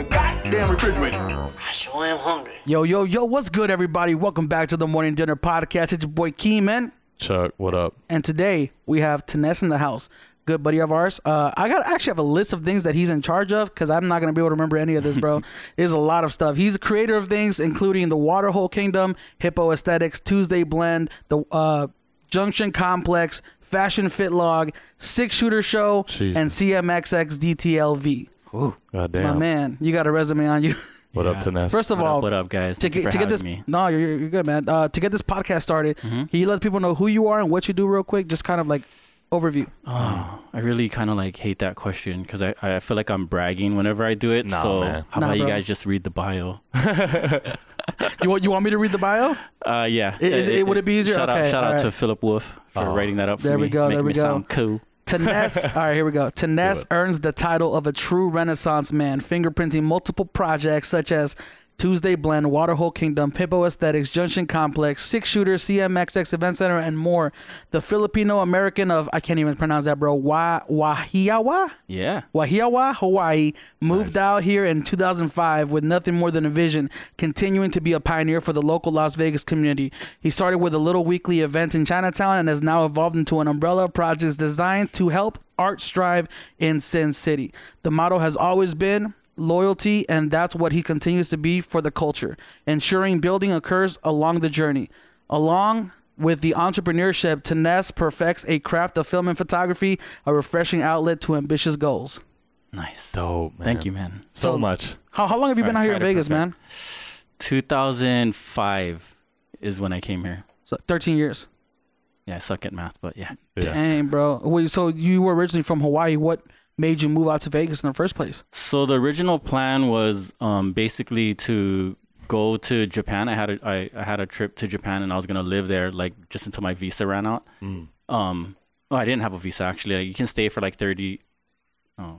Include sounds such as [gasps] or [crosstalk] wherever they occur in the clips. damn refrigerator. I sure am hungry. Yo, yo, yo, what's good, everybody? Welcome back to the Morning Dinner Podcast. It's your boy Keyman. Chuck, what up? And today we have Tanes in the house, good buddy of ours. Uh, I got actually have a list of things that he's in charge of because I'm not gonna be able to remember any of this, [laughs] bro. There's a lot of stuff. He's a creator of things, including the Waterhole Kingdom, Hippo Aesthetics, Tuesday Blend, the uh, Junction Complex, Fashion Fitlog, Six Shooter Show, Jeez. and CMXX DTLV. God My damn. man, you got a resume on you. [laughs] What up, Tanes? First of What all, up, what up, guys? to Thank you get, for to get having this me. Mm-hmm. no you're, you're good man uh, to get this podcast started can you let people know who you are and what you do real quick just kind of like overview I really kind of like hate that question because I, I feel like I'm bragging whenever I do it. Nah, so man. how Nah, about you bro. guys just read the bio? you, want, you want me to read the [laughs] bio Uh, yeah. I- is it- would it be easier? Shout Okay, out, shout out alright. to Philip Wolf for Oh. writing that up for There me. we go, Making there we me go. sound cool. Tanes, all right, here we go. Tanes it. earns the title of a true Renaissance man, fingerprinting multiple projects such as Tuesday Blend, Waterhole Kingdom, Pippo Aesthetics, Junction Complex, Six Shooter, CMXX Event Center, and more. The Filipino American of, I can't even pronounce that, bro, Wa- Wahiawa? Yeah. Wahiawa, Hawaii, moved out here in 2005 with nothing more than a vision, continuing to be a pioneer for the local Las Vegas community. He started with a little weekly event in Chinatown and has now evolved into an umbrella of projects designed to help art strive in Sin City. The motto has always been loyalty, and that's what he continues to be for the culture, ensuring building occurs along the journey. Along with the entrepreneurship, Tanes perfects a craft of film and photography, a refreshing outlet to ambitious goals. Nice. Dope, Oh, man. Thank you, man. so So- much. How, how long have you been Alright, out here try in to Vegas, perfect. man? 2005 is when I came here. So 13 years. Yeah, I suck at math, but yeah. Yeah. Dang, bro. Wait, so you were originally from Hawaii. What made you move out to Vegas in the first place? So the original plan was um, basically to go to Japan. I had a, I, I had a trip to Japan and I was gonna live there like just until my visa ran out. Um, oh, I didn't have a visa actually. Like, you can stay for like thirty. Oh,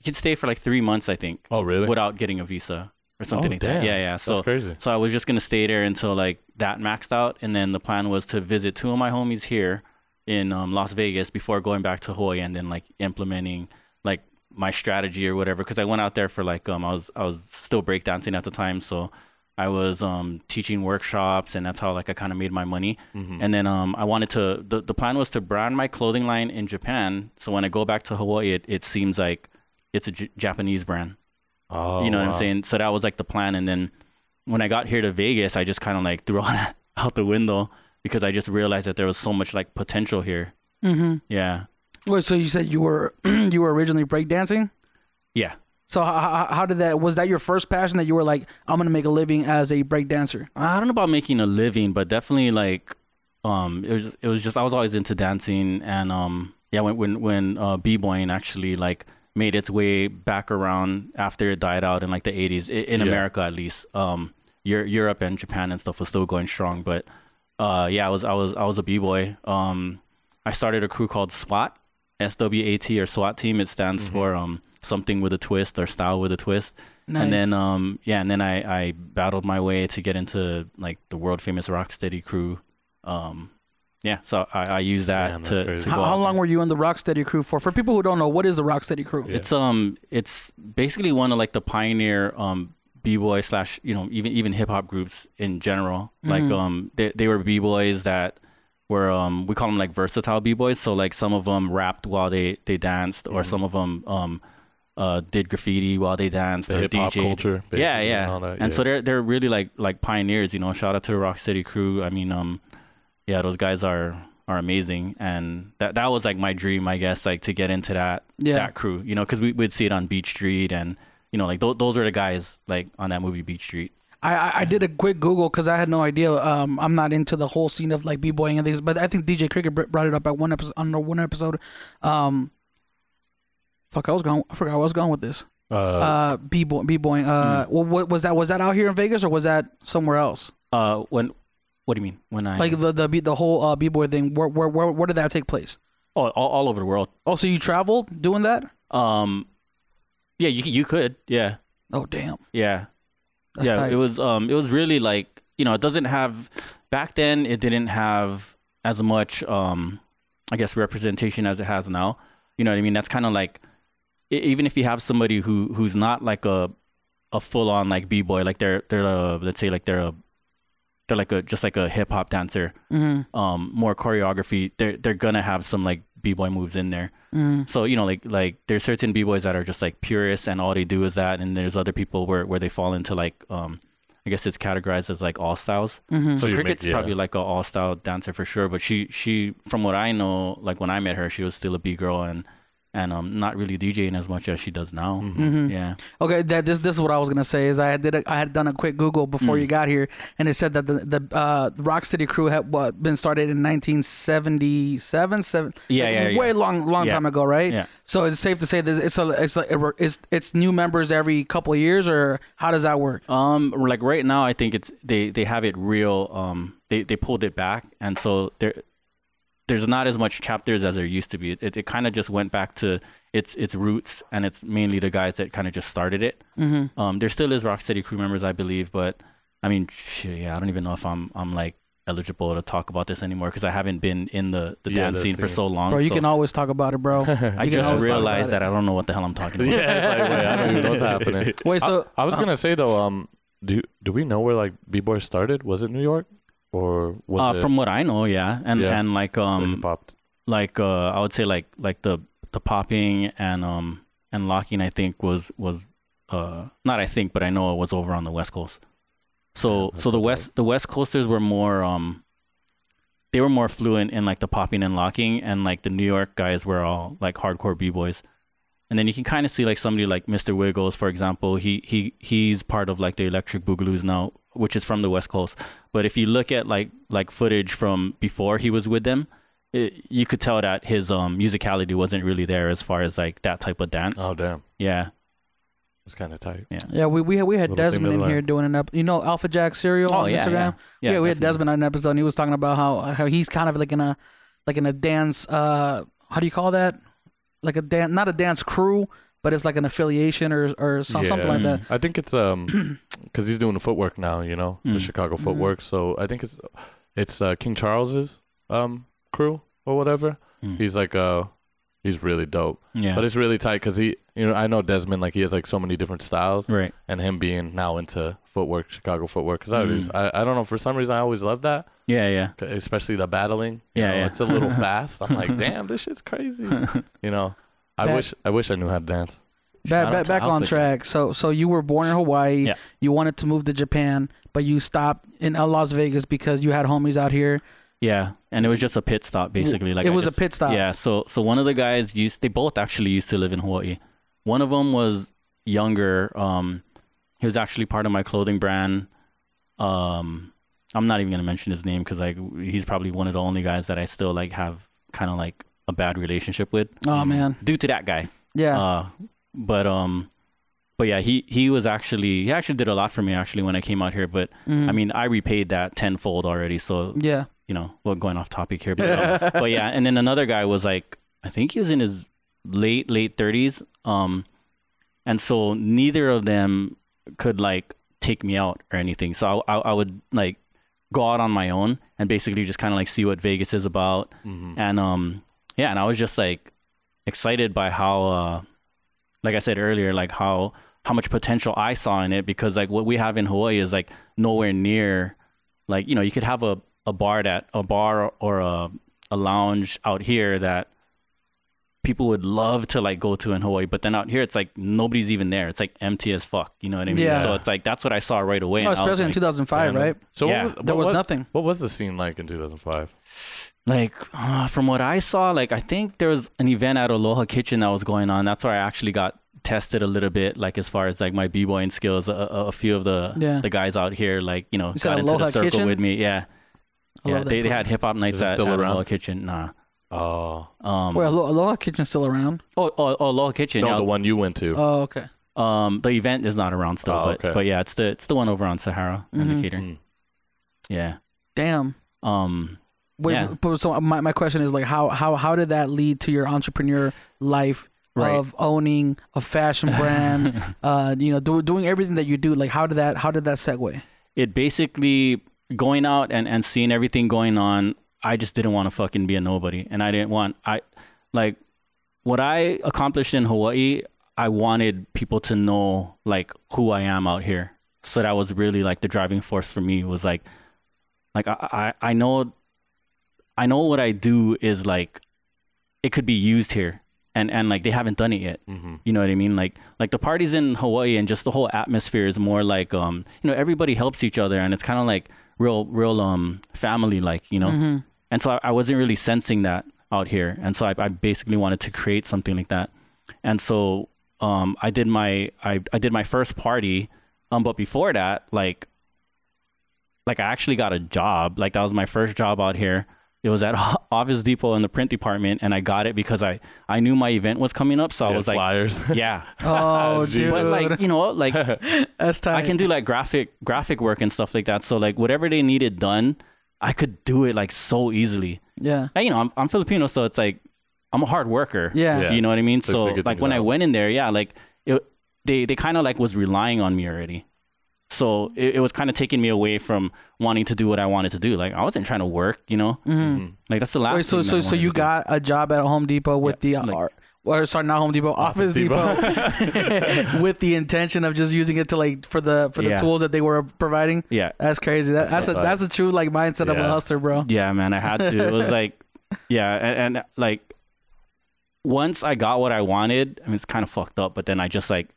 you can stay for like three months, I think. Oh, really? Without getting a visa Oh, or something like damn. that. Yeah, yeah. So That's crazy. so I was just gonna stay there until like that maxed out, and then the plan was to visit two of my homies here in um, Las Vegas before going back to Hawaii, and then like implementing like my strategy or whatever. Because I went out there for like um I was I was still breakdancing at the time, so I was um teaching workshops, and that's how like I kind of made my money. Mm-hmm. And then um I wanted to the the plan was to brand my clothing line in Japan, so when I go back to Hawaii, it it seems like it's a J- Japanese brand Oh, you know what wow. I'm saying? So that was like the plan. And then when I got here to Vegas, I just kind of like [laughs] threw all that out the window because I just realized that there was so much like potential here. Mm-hmm. Yeah. Wait, so you said you were [clears throat] you were originally breakdancing. Yeah. So how, how, how did that? Was that your first passion that you were like, I'm gonna make a living as a breakdancer? I don't know about making a living, but definitely like, um, it was, it was just, I was always into dancing and, um, yeah, when, when, when, uh, b-boying actually like made its way back around after it died out in like the eighties i- in Yeah. America, at least, um, Eu- Europe and Japan and stuff was still going strong, but, uh, yeah, I was, I was, I was a b-boy. Um, I started a crew called SWAT, SWAT or SWAT team. It stands for, um, something with a twist or style with a twist. And then, um, yeah, and then I, I battled my way to get into like the world famous Rocksteady crew. Um, yeah, so I, I use Damn, that that's to, crazy. to go how, out how there. long were you in the Rocksteady crew for? For people who don't know, what is the Rocksteady crew? Yeah. It's um, it's basically one of like the pioneer um b boy slash you know even even hip hop groups in general. Like um, they they were b boys that were um we call them like versatile b boys. So like some of them rapped while they they danced, or Mm-hmm. some of them um. Uh, did graffiti while they danced. The or hip hop DJ'd. culture, basically, Yeah, yeah. and all that, And, yeah. so they're they're really like like pioneers. You know, shout out to the Rock City crew. I mean, um, yeah, those guys are are amazing, and that that was like my dream, I guess, like to get into that Yeah. that crew, you know, because we would see it on Beach Street, and you know, like th- those were the guys like on that movie Beach Street. I, I, I did a quick Google because I had no idea. Um, I'm not into the whole scene of like b boying and things, but I think DJ Cricket br- brought it up at one episode on the one episode. Um, fuck, I was going. I forgot where I was going with this. Uh, Uh, b boy, b boying. Uh, Mm. wha- what was that? Was that out here in Vegas or was that somewhere else? Uh, when what do you mean when I Like the the b- the whole uh, b boy thing. Where, where where where did that take place? oh, all, all over the world? Oh, so you traveled doing that? Um, yeah, you c- you could, yeah, Oh, damn. yeah. That's yeah, tight. it was um it was really like, you know, it doesn't have back then it didn't have as much um I guess representation as it has now. You know what I mean? That's kind of like e- even if you have somebody who who's not like a a full on like b boy. Like they're they're uh let's say like they're a they're like a just like a hip hop dancer. Mm-hmm. Um, more choreography. They're they're gonna have some like b boy moves in there. So you know like like there's certain b boys that are just like purists and all they do is that, and there's other people where where they fall into like um. I guess it's categorized as like all styles. So, So you make- cricket's yeah. [laughs] probably like a all style dancer for sure. But she she from what I know, like when I met her, she was still a b girl and and um not really DJing as much as she does now. Yeah. Okay, that this this is what I was gonna say is I did a, I had done a quick Google before Hmm. you got here, and it said that the the uh, Rock City Crew had what, been started in 1977, seven, Yeah, like, yeah, yeah. way long long Yeah. time ago, right? Yeah. So it's safe to say that it's a, it's like it's it's new members every couple of years, or how does that work? Um, like right now, I think it's they they have it real. Um, they they pulled it back, and so there there's not as much chapters as there used to be. It it kind of just went back to its its roots, and it's mainly the guys that kind of just started it. Mm-hmm. Um, there still is Rock City crew members, I believe, but I mean, shit, yeah, I don't even know if I'm I'm like eligible to talk about this anymore because I haven't been in the the Yeah, dance the scene for scene. so long. Bro, you Oh, so can always talk about it, bro. [laughs] I just realized that I don't know what the hell I'm [laughs] talking about. yeah, it's like, wait, I don't even [laughs] know what's happening. Wait, so I was gonna say though, um, do do we know where like b boy started? Was it New York or was Uh, it from what I know, yeah, and Yeah. and like the um, hip hop? like uh I would say like like the the popping and um and locking I think was was uh not I think but I know it was over on the west coast. So Yeah, so the that's west the west coasters were more um they were more fluent in like the popping and locking and like the New York guys were all like hardcore b-boys. And then you can kind of see like somebody like Mr. Wiggles for example, he he he's part of like the Electric Boogaloos now which is from the west coast. But if you look at like like footage from before he was with them, it, you could tell that his um musicality wasn't really there as far as like that type of dance. Oh damn, Yeah, it's kind of tight. yeah, we we had, we had Little thing Desmond to in learn. here doing an up. You know, Alpha Jack Oh, cereal on Instagram. Yeah, we had definitely. Desmond on an episode. and He was talking about how how he's kind of like in a like in a dance. Uh, how do you call that? Like a dance, not a dance crew, but it's like an affiliation or or so, something like Mm. that. I think it's um [clears throat] because he's doing the footwork now, you know, the Mm. Chicago Mhm. footwork. So I think it's it's uh, King Charles's um crew or whatever. Mm. He's like uh he's really dope, Yeah, but it's really tight because he you know I know Desmond like he has like so many different styles right. and him being now into footwork, Chicago footwork because I Mm. always I, I don't know for some reason I always love that, Yeah, yeah. 'cause- especially the battling. you Yeah, know, yeah. it's a [laughs] little fast. I'm like, damn, this shit's crazy. You know, I That- wish I wish I knew how to dance. Shout Back out back, to back on Alpha Jack. track. So so you were born in Hawaii. Yeah. You wanted to move to Japan, but you stopped in uh, Las Vegas because you had homies out here. Yeah, and it was just a pit stop basically. Like it I was a just- pit stop. Yeah, so so one of the guys used they both actually used to live in Hawaii. One of them was younger. Um, he was actually part of my clothing brand. Um, I'm not even gonna mention his name because like he's probably one of the only guys that I still like have kind of like a bad relationship with Mm. Oh man. due to that guy. Yeah. Uh, but um, but yeah, he he was actually he actually did a lot for me actually when I came out here. But Mm. I mean, I repaid that tenfold already. So yeah. you know, well, going off topic here, but, um, but yeah. And then another guy was like, I think he was in his late late thirties. Um, and so neither of them could like take me out or anything. So I I, I would like go out on my own and basically just kind of like see what Vegas is about. Mm-hmm. And um, yeah, and I was just like excited by how, uh, like I said earlier, like how how much potential I saw in it because like what we have in Hawaii is like nowhere near like you know you could have a, a bar that a bar or a a lounge out here that people would love to like go to in Hawaii but then out here it's like nobody's even there it's like empty as fuck you know what I mean Yeah. so it's like that's what I saw right away Oh, and I was especially in like- 2005, right? So Yeah. what was, There what was nothing. What was the scene like in 2005? like uh, from what I saw, like I think there was an event at Aloha Kitchen that was going on. That's where I actually got tested a little bit, like as far as like my b boying skills. A, a, a few of the Yeah. the guys out here, like you know, You said got into Aloha the circle Kitchen? with me. Yeah, I yeah. love that They, they place. had hip hop nights Is it at, still at around? Aloha Kitchen. Nah. Oh, Um, Wait, Alo- Aloha Kitchen's still around? oh, oh, oh, Aloha Kitchen. no, yeah. the one you went uh, to. Oh, okay. Um, the event is not around still, Oh, but okay. but yeah, it's the it's the one over on Sahara Mhm. Indicator. Mm. Yeah. Damn. Um. Wait, Yeah. but so my, my question is like how how how did that lead to your entrepreneur life Right. of owning a fashion [laughs] brand, uh, you know, do, doing everything that you do? Like how did that how did that [laughs] segue? it basically going out and, and seeing everything going on i just didn't want to fucking be a nobody and i didn't want i like what i accomplished in hawaii I wanted people to know like who I am out here. So that was really like the driving force for me was like, like I I, I know, I know what I do is like, it could be used here, and and like they haven't done it yet. You know what I mean? Like like the parties in Hawaii and just the whole atmosphere is more like um you know everybody helps each other and it's kind of like real real um family like you know. And so I, I wasn't really sensing that out here, and so I, I basically wanted to create something like that. And so um I did my I I did my first party, um but before that like like I actually got a job. Like that was my first job out here. It was at [laughs] Office Depot in the print department, and I got it because I I knew my event was coming up, so I was like, [laughs] flyers. yeah. Oh, That's genius. dude, But like you know, like I [laughs] that's tight. can do like graphic graphic work and stuff like that. So like whatever they needed done, I could do it like so easily. yeah, And, you know, I'm I'm Filipino, so it's like I'm a hard worker. yeah, Yeah. You know what I mean? So So figure like things when I out. went in there, yeah, like it, they they kind of like was relying on me already. So it, it was kind of taking me away from wanting to do what I wanted to do. Like I wasn't trying to work, you know. Mm-hmm. Like that's the last. Wait, so thing that so I so wanted you to do. got a job at Home Depot with Yeah, the like- art. Or sorry, not Home Depot, Office, Depot, [laughs] with the intention of just using it to like for the for the Yeah. tools that they were providing. yeah, That's crazy. That, that's That's a so tight. that's a true like mindset of a Yeah. hustler, bro. Yeah, man, I had to. It [laughs] was like, yeah, and, and like once I got what I wanted, I mean, it's kind of fucked up, but then I just like,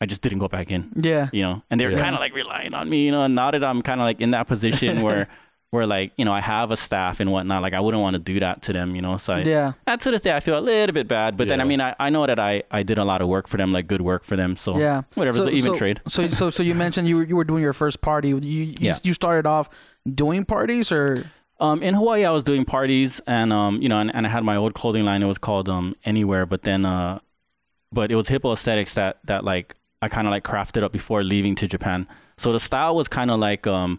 I just didn't go back in, Yeah, you know. And they're Yeah. kind of like relying on me, you know. And now that I'm kind of like in that [laughs] position where, where like you know, I have a staff and whatnot, like I wouldn't want to do that to them, you know. So I, yeah, and to this day, I feel a little bit bad, but then I Yeah. mean, I, I know that I I did a lot of work for them, like good work for them. So yeah. whatever's an even trade. So so so you mentioned you were, you were doing your first party. You you, Yeah. you started off doing parties or Um, in Hawaii, I was doing parties, and um, you know, and, and I had my old clothing line. It was called um, Anywhere, but then, uh, but it was hippo aesthetics that that like I kind of like crafted up before leaving to Japan. So the style was kind of like um,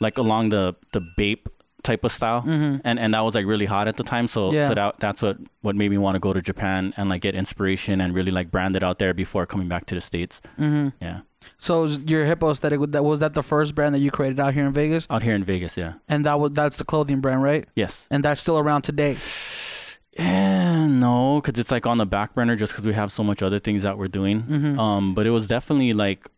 like along the the Bape type of style, and and that was like really hot at the time. So Yeah. so that that's what what made me want to go to Japan and like get inspiration and really like brand it out there before coming back to the states. Mm-hmm. Yeah, so your hippo aesthetic. That was that the first brand that you created out here in Vegas, out here in Vegas. Yeah. and that was that's the clothing brand, right? Yes. And that's still around today. Eh, no, because it's like on the back burner just because we have so much other things that we're doing. Um, but it was definitely like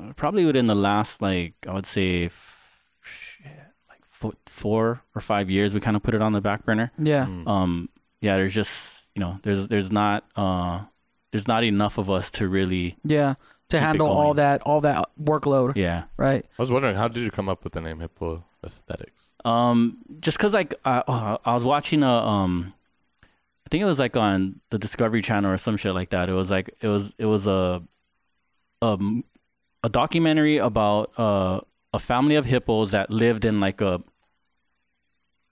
uh, probably within the last like I would say f- shit, like fo- four or five years we kind of put it on the back burner. Yeah. Um, yeah, there's just you know there's there's not uh there's not enough of us to really Yeah, to Keep it handle all going. that all that workload, yeah right? I was wondering, how did you come up with the name Hippo Aesthetics? Um, just cause like I, oh, I was watching a um, I think it was like on the Discovery Channel or some shit like that. It was like it was it was a um a documentary about uh a family of hippos that lived in like a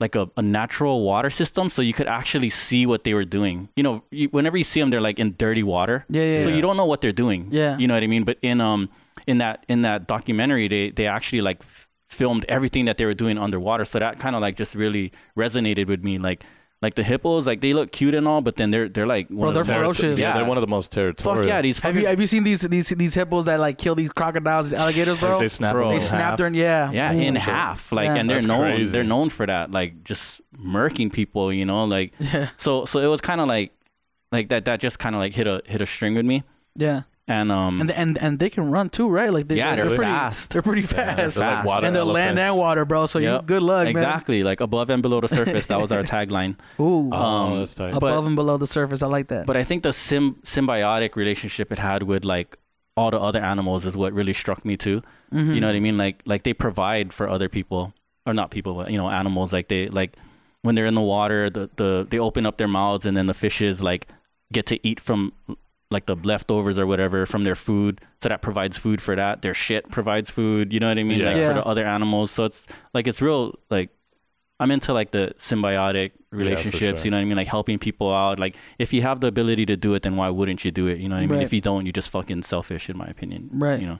like a, a natural water system so you could actually see what they were doing you know you, whenever you see them they're like in dirty water Yeah, yeah, so yeah. you don't know what they're doing Yeah. you know what i mean but in um in that in that documentary they they actually like f- filmed everything that they were doing underwater so that kind of like just really resonated with me like like the hippos like they look cute and all but then they're they're like one Bro, of the they're most- ferocious. Oh, yeah, they're one of the most territorial. fuck yeah these Have you have you seen these these these hippos that like kill these crocodiles, these alligators, bro? they snap. them Bro. in They in snap half. their yeah Mm. yeah in half like Yeah. and they're That's known crazy. they're known for that like just murking people you know [laughs] like so so it was kind of like like that that just kind of like hit a hit a string with me yeah. and um And and and they can run too, right? Like they, Yeah, they're, they're pretty fast. They're pretty fast, they're like water and they're land and elephants. water, bro. So yep. you good luck, exactly like above and below the surface that [laughs] was our tagline man. Ooh, Um, Oh, that's tight. above and below the surface, I like that. Uh, but I think the sym- symbiotic relationship it had with like all the other animals is what really struck me too. You know what I mean? Like like they provide for other people or not people, but you know animals. Like they like when they're in the water, the the they open up their mouths and then the fishes like get to eat from like the leftovers or whatever from their food. So that provides food for that. Their shit provides food. You know what I mean? Yeah. Like Yeah. for the other animals. So it's like it's real like I'm into like the symbiotic relationships, sure. you know what I mean? Like helping people out. Like if you have the ability to do it, then why wouldn't you do it? You know what I mean? Right. If you don't, you're just fucking selfish in my opinion. Right. You know.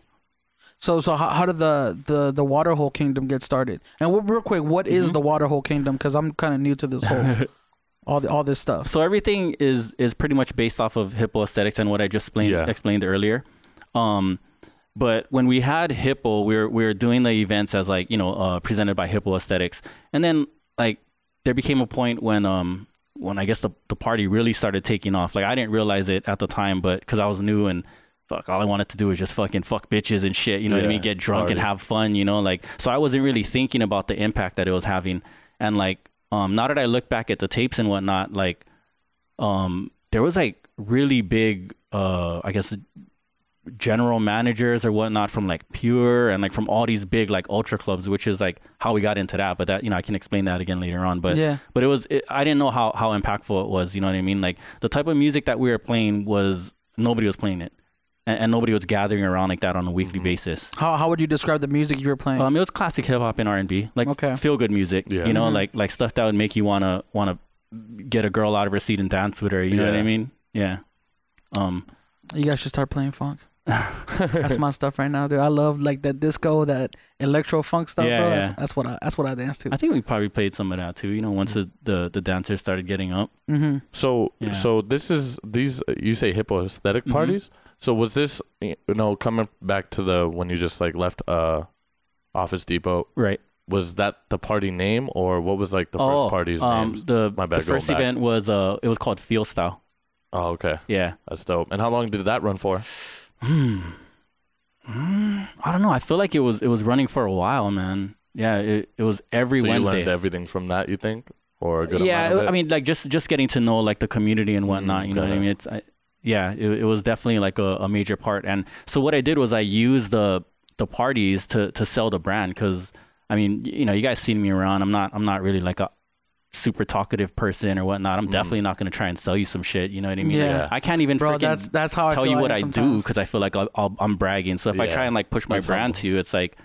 so so how, how did the the the waterhole kingdom get started? And we real quick, what Mm-hmm. is the waterhole kingdom? Because I'm kind of new to this [laughs] whole all the, all this stuff. So everything is is pretty much based off of hippo aesthetics and what I just explained Yeah. explained earlier. Um but when we had hippo, we were we were doing the events as like, you know, uh presented by hippo aesthetics. And then like there became a point when um when I guess the, the party really started taking off. Like I didn't realize it at the time, but because I was new and fuck, all I wanted to do was just fucking fuck bitches and shit. You know what I Yeah, mean? Get drunk and party. have fun. You know, like so I wasn't really thinking about the impact that it was having. And like, um, now that I look back at the tapes and whatnot, like, um, there was like really big, uh, I guess general managers or whatnot from like Pure and like from all these big like ultra clubs, which is like how we got into that. But that you know I can explain that again later on. But Yeah. but it was it, I didn't know how how impactful it was. You know what I mean? Like the type of music that we were playing was nobody was playing it, and, and nobody was gathering around like that on a weekly basis. How how would you describe the music you were playing? Um, it was classic hip hop and R and B, like Okay. feel good music. Yeah. You know, Mhm. like like stuff that would make you wanna wanna get a girl out of her seat and dance with her. You know what I Yeah. mean? Yeah. Um. you guys should start playing [laughs] funk. that's my stuff right now, dude. I love like that disco, that electro funk stuff, Yeah, bro. yeah. That's, that's what I that's what I dance to. I think we probably played some of that too. You know, once the the, the dancers started getting up. mm-hmm. So Yeah. so this is these you say hippo esthetic Mhm. parties. So was this you know coming back to the when you just like left uh Office Depot Right. was that the party name or what was like the first party's um, names? The, My bad, the first going back. event was uh, it was called Feel Style. Oh okay, Yeah. that's dope. And how long did that run for? Hmm. Hmm. I don't know. I feel like it was it was running for a while, man. Yeah. It it was every so you Wednesday. learned everything from that, you think, or a good yeah. amount of it- it? I mean, like just just getting to know like the community and whatnot. Mm, you know got what I it. mean? It's I, yeah. It, it was definitely like a, a major part. And so what I did was I used the the parties to to sell the brand because I mean you know you guys seen me around. I'm not I'm not really like a super talkative person or whatnot. I'm Mm. definitely not gonna try and sell you some shit. You know what I mean? Yeah. Like, I can't even bro. freaking That's that's how I tell feel you I what am I do sometimes. because I feel like I'll, I'll, I'm bragging. So if I Yeah. try and like push my That's brand humble. to you, it's like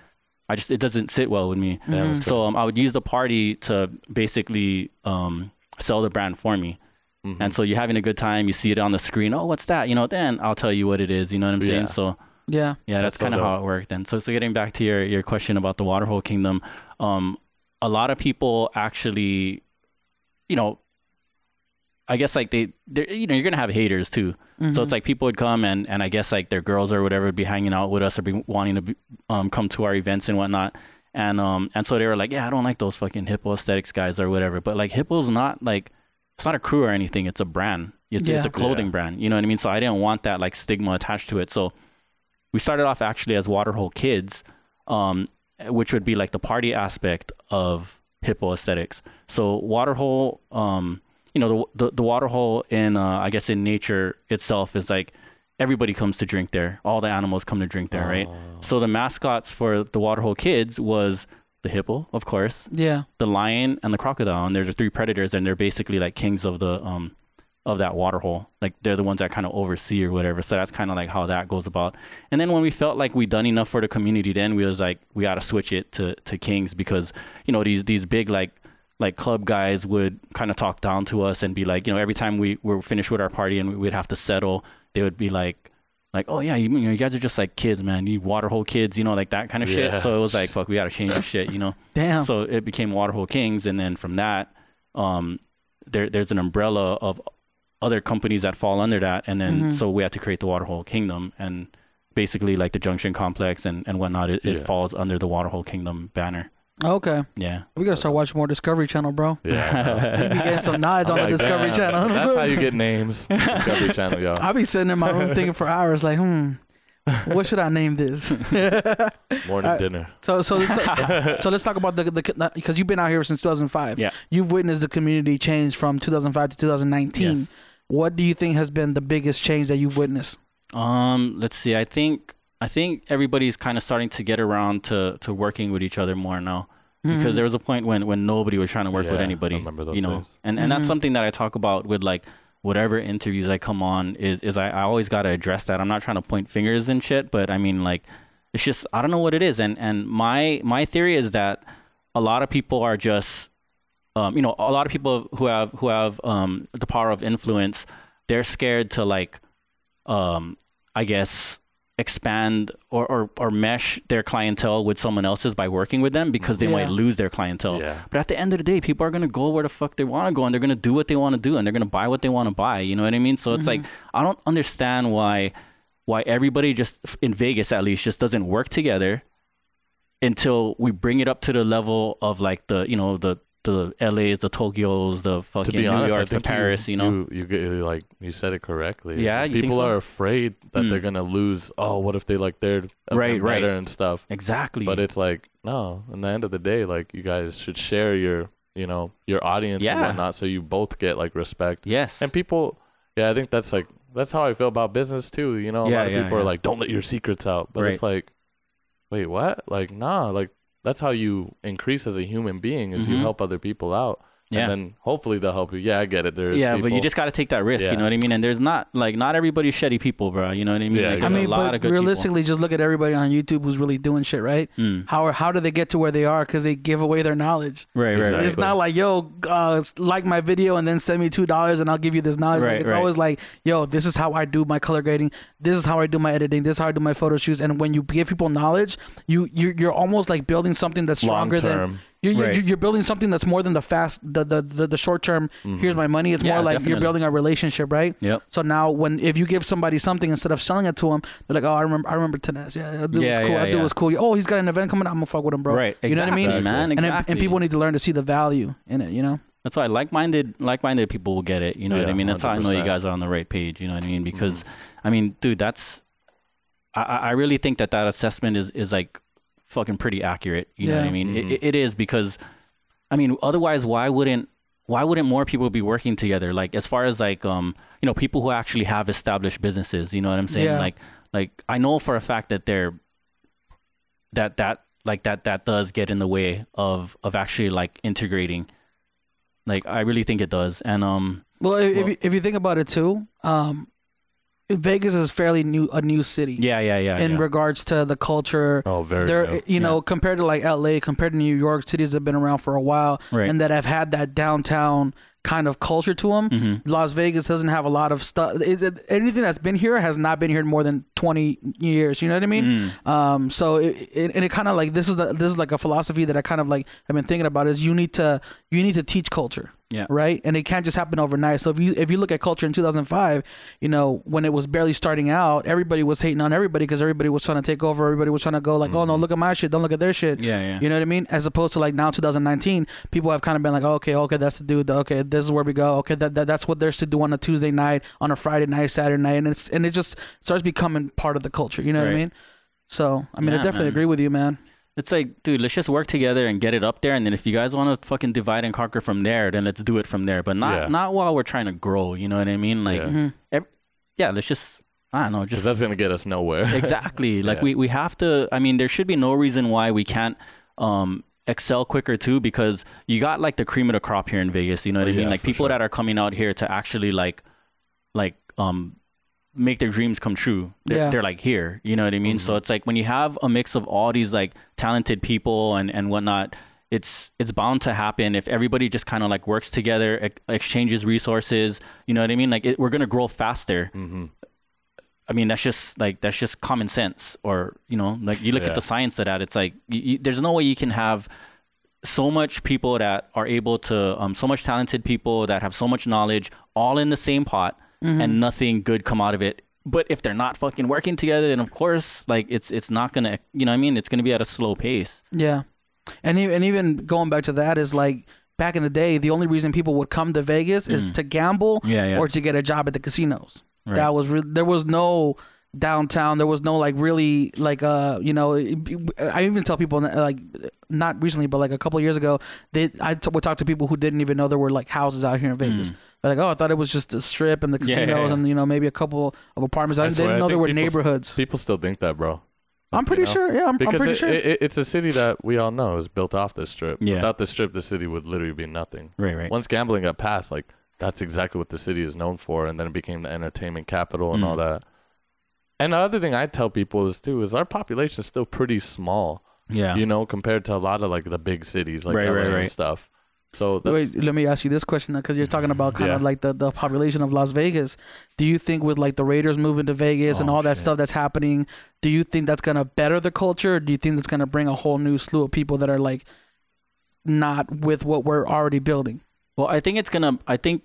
I just it doesn't sit well with me. That was Mhm. So um, I would use the party to basically um, sell the brand for me. Mhm. And so you're having a good time. You see it on the screen. Oh, what's that? You know, then I'll tell you what it is. You know what I'm saying? Yeah. So yeah. yeah, That's that's, so kind of how it worked. And so, so getting back to your, your question about the Waterhole Kingdom, um, a lot of people actually, you know, I guess like they, they're- you know, you're gonna have haters too. So it's like people would come and, and I guess like their girls or whatever would be hanging out with us or be wanting to be, um, come to our events and whatnot. And um and so they were like, yeah, I don't like those fucking hippo aesthetics guys or whatever. But like hippo's not like it's not a crew or anything. It's a brand. It's it's Yeah. a clothing Yeah. brand. You know what I mean? So I didn't want that like stigma attached to it. So we started off actually as Waterhole Kids, um, which would be like the party aspect of hippo aesthetics. So Waterhole, um, you know, the the, the Waterhole in uh, I guess in nature itself is like everybody comes to drink there. All the animals come to drink there, right? So the mascots for the Waterhole Kids was the hippo, of course, yeah, the lion, and the crocodile, and they're the three predators, and they're basically like kings of the um of that waterhole. Like they're the ones that kind of oversee or whatever. So that's kind of like how that goes about. And then when we felt like we done enough for the community, then we was like we got to switch it to to kings because you know these these big like like club guys would kind of talk down to us and be like, you know, every time we were finished with our party and we would have to settle, they would be like, like, oh yeah, you, you know, you guys are just like kids, man. You waterhole kids, you know, like that kind of Yeah. shit. So it was like, fuck, we gotta change this shit, you know. damn. So it became Waterhole Kings, and then from that, um, there there's an umbrella of other companies that fall under that, and then Mhm. so we had to create the Waterhole Kingdom, and basically like the Junction Complex and and whatnot, it, Yeah. it falls under the Waterhole Kingdom banner. okay, Yeah, we gotta start watching more Discovery Channel, bro. Mm-hmm. [laughs] yeah. You be getting some knowledge on the Like, Discovery damn, Channel. [laughs] That's how you get [laughs] names. Discovery Channel, yo. I'll be sitting in my room thinking for hours, like, hmm, what should I name this? Uh, Morning I- dinner. so, so let's talk, so let's talk about the the because you've been out here since 2005. Yeah. you've witnessed the community change from 2005 to 2019. Yes. What do you think has been the biggest change that you've witnessed? Um, let's see. I think I think everybody's kind of starting to get around to to working with each other more now. because there was a point when when nobody was trying to work with Mm-hmm. Yeah, I anybody. remember those you know, days. Mm-hmm. and and that's Mhm. something that I talk about with like whatever interviews I come on is is I, I always got to address that. I'm not trying to point fingers and shit, but I mean like it's just I don't know what it is, and and my my theory is that a lot of people are just um, you know a lot of people who have who have um, the power of influence they're scared to like um, I guess expand or, or or mesh their clientele with someone else's by working with them because they Yeah. might lose their clientele. Yeah. But at the end of the day, people are gonna go where the fuck they want to go, and they're gonna do what they want to do, and they're gonna buy what they want to buy. You know what I mean? So it's like I don't understand why why everybody just in Vegas at least just doesn't work together until we bring it up to the level of like the you know the the LA's, the Tokyo's, the to fucking be honest, New I York's, the think Paris, you know. you, you get- you, like you said it correctly. It's Yeah, just you think people so? are afraid that Mm. they're gonna lose. Oh, what if they like they're a Right, right. better and stuff? exactly. But it's like no. In the end of the day, like you guys should share your you know your audience and Yeah. whatnot, so you both get like respect yes. and people. Yeah, I think that's like that's how I feel about business too. You know, a Yeah, lot of yeah, people are yeah. like, don't let your secrets out, but it's like, wait, what? Like, nah, like that's how you increase as a human being is you Mhm. help other people out. Yeah. And then hopefully they'll help you. Yeah, I get it. There's yeah, but people- you just got to take that risk. Yeah. You know what I mean? And there's not like not everybody's shitty people, bro. You know what I Yeah, mean? like, exactly. there's I mean, a lot but of good realistically, just look at everybody on YouTube who's really doing shit, right? people. Mm. How how do they get to where they are? Because they give away their knowledge. Right, right, Exactly. right. It's not like yo, uh, like my video and then send me two dollars and I'll give you this knowledge. Like, Right, it's right. always like yo, this is how I do my color grading. This is how I do my editing. This is how I do my photo shoots. And when you give people knowledge, you you're, you're almost like building something that's stronger than Long-term. you're, you're, Right. you're building something that's more than the fast the the the, the short term. Here's my money. It's Mm-hmm. Yeah, more like you're definitely. building a relationship, right? Yep. So now, when if you give somebody something instead of selling it to them, they're like, "Oh, I remember, I remember Tenaz. Yeah, that dude Yeah, was cool. yeah, that dude yeah. was cool. Oh, he's got an event coming. up. I'm gonna fuck with him, bro. Right. Exactly, You know what I mean? man? And, Exactly. and people need to learn to see the value in it. You know? That's why like-minded, like-minded people will get it. You know what Yeah, I mean? That's how I know you 100%. Mm-hmm. guys are on the right page. You know what I mean? Because, I mean, dude, that's. I- I, I really think that that assessment is is like, fucking pretty accurate. You know what Yeah. I mean? It- Mhm. It, it is because, I mean, otherwise, why wouldn't why wouldn't more people be working together? Like as far as like um you know people who actually have established businesses. You know what I'm saying? Yeah. Like like I know for a fact that they're that that like that that does get in the way of of actually like integrating like i really think it does and um Well, if, if, Well- you, if you think about it too, um, Vegas is fairly new, a new city yeah yeah yeah in yeah. regards to the culture. Oh, very. There, good. you know, compared to like LA, compared to New York, cities that have been around for a while Right. and that have had that downtown kind of culture to them. Mhm. Las Vegas doesn't have a lot of stuff. Anything that's been here has not been here more than twenty years. You know what I mean? Mm. Um, so it, it and it kind of like this is the, this is like a philosophy that I kind of like I've been thinking about is you need to you need to teach culture. Yeah. Right. And it can't just happen overnight. So if you if you look at culture in 2005, you know when it was barely starting out, everybody was hating on everybody because everybody was trying to take over. Everybody was trying to go like, oh no, look at my shit, don't look at their shit. Mm-hmm. Yeah, yeah. You know what I mean? As opposed to like now 2019, people have kind of been like, oh, okay, okay, that's the dude. Okay, this is where we go. Okay, that, that that's what there's to do on a Tuesday night, on a Friday night, Saturday night, and it's and it just starts becoming part of the culture. You know what I Right. mean? So I mean, I Yeah, definitely man. agree with you, man. it's like dude let's just work together and get it up there and then if you guys want to fucking divide and conquer from there then let's do it from there but not Yeah. not while we're trying to grow you know what i mean like Yeah. Mm-hmm. yeah, let's just i don't know [laughs] 'Cause just that's gonna get us nowhere. [laughs] exactly like Yeah. we, we have to i mean there should be no reason why we can't um excel quicker too because you got like the cream of the crop here in vegas you know what Oh, i mean yeah, like for people sure. that are coming out here to actually like like um make their dreams come true they're, Yeah. they're like here you know what i mean Mm-hmm. so it's like when you have a mix of all these like talented people and and whatnot it's it's bound to happen if everybody just kind of like works together ex- exchanges resources you know what i mean like it, we're gonna grow faster hmm I mean, that's just like that's just common sense, or you know, like you look Yeah. at the science of that. It's like you, you, there's no way you can have so much people that are able to, um, so much talented people that have so much knowledge, all in the same pot, and nothing good come out of it. But if they're not fucking working together, then of course, like it's it's not gonna, you know, what I mean, it's gonna be at a slow pace. Yeah, and even, and even going back to that is like back in the day, the only reason people would come to Vegas is Mm. to gamble Yeah, yeah. or to get a job at the casinos. Right. That was re- there was no downtown. There was no like really like uh you know I even tell people like not recently but like a couple years ago they I t- would talk to people who didn't even know there were like houses out here in Vegas. Mm. They're like oh I thought it was just the strip and the Yeah, yeah, casinos yeah. and you know maybe a couple of apartments. I, I didn't- swear, they I didn't know there think were people s- neighborhoods. [laughs] People still think that, bro. I'm pretty know, sure. Yeah, I'm, I'm Because pretty it, sure. it- it- it's a city that we all know is built off the strip. Yeah. Without the strip, the city would literally be nothing. Right, right. Once gambling got passed, like that's exactly what the city is known for, and then it became the entertainment capital and all Mm. that. And the other thing I tell people is too is our population is still pretty small, yeah. you know, compared to a lot of like the big cities like Right, LA right, and right. stuff. So that's, Wait, let me ask you this question because you're talking about kind of Yeah. like the, the population of Las Vegas. Do you think with like the Raiders moving to Vegas and Oh, all that shit. stuff that's happening, do you think that's gonna better the culture? Or do you think that's gonna bring a whole new slew of people that are like not with what we're already building? Well, I think it's gonna. I think,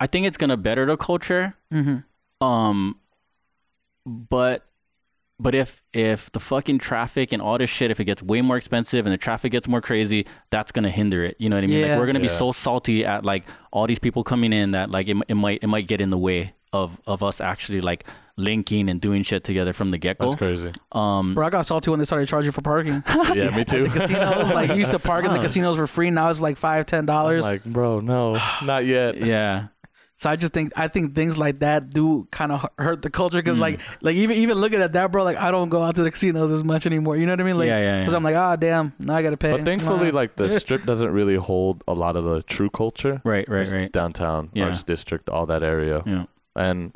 I Mm-hmm. think it's gonna better the culture. Mm-hmm. Um, but But if if the fucking traffic and all this shit, if it gets way more expensive and the traffic gets more crazy, that's gonna hinder it. You know what I mean? Yeah. Like we're gonna be Yeah. so salty at like all these people coming in that like it, it might it might get in the way of of us actually like linking and doing shit together from the get That's go. [laughs] crazy. Um, Bro, I got salty when they started charging for parking. [laughs] yeah, me too. [laughs] Casinos, like you used to park in the casinos for free. Now it's like five, ten I'm dollars. like, bro, no, [sighs] not yet. yeah, So I just think I think things like that do kind of hurt the culture because like Mm. like even even looking at that, bro, like I don't go out to the casinos as much anymore. You know what I mean? Like, Yeah, yeah, yeah. Because I'm like, ah, damn, now I gotta pay. But thankfully, Mwah. [laughs] like the strip doesn't really hold a lot of the true culture. right, right, Just right. Downtown, Yeah. arts district, all that area. Yeah. And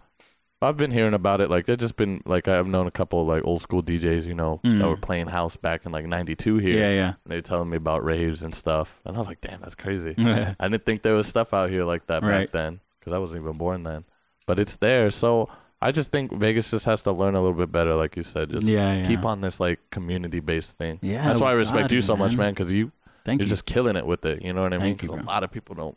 I've been hearing about it. Like they've just been like I've known a couple like old school DJs, you know, that Mm. were playing house back in like '92 here. Yeah, yeah. And they were telling me about raves and stuff, and I was like, damn, that's [laughs] crazy. Yeah. I didn't think there was stuff out here like that back Right. then because I wasn't even born then. But it's there, so I just think Vegas just has to learn a little bit better, like you said. Just Yeah, yeah. keep on this like community based thing. Yeah, that's why I we respect got you it, so much, man. man, because you Thank you're you. just killing it with it. You know what I mean? Thank you, Because a bro. lot of people don't.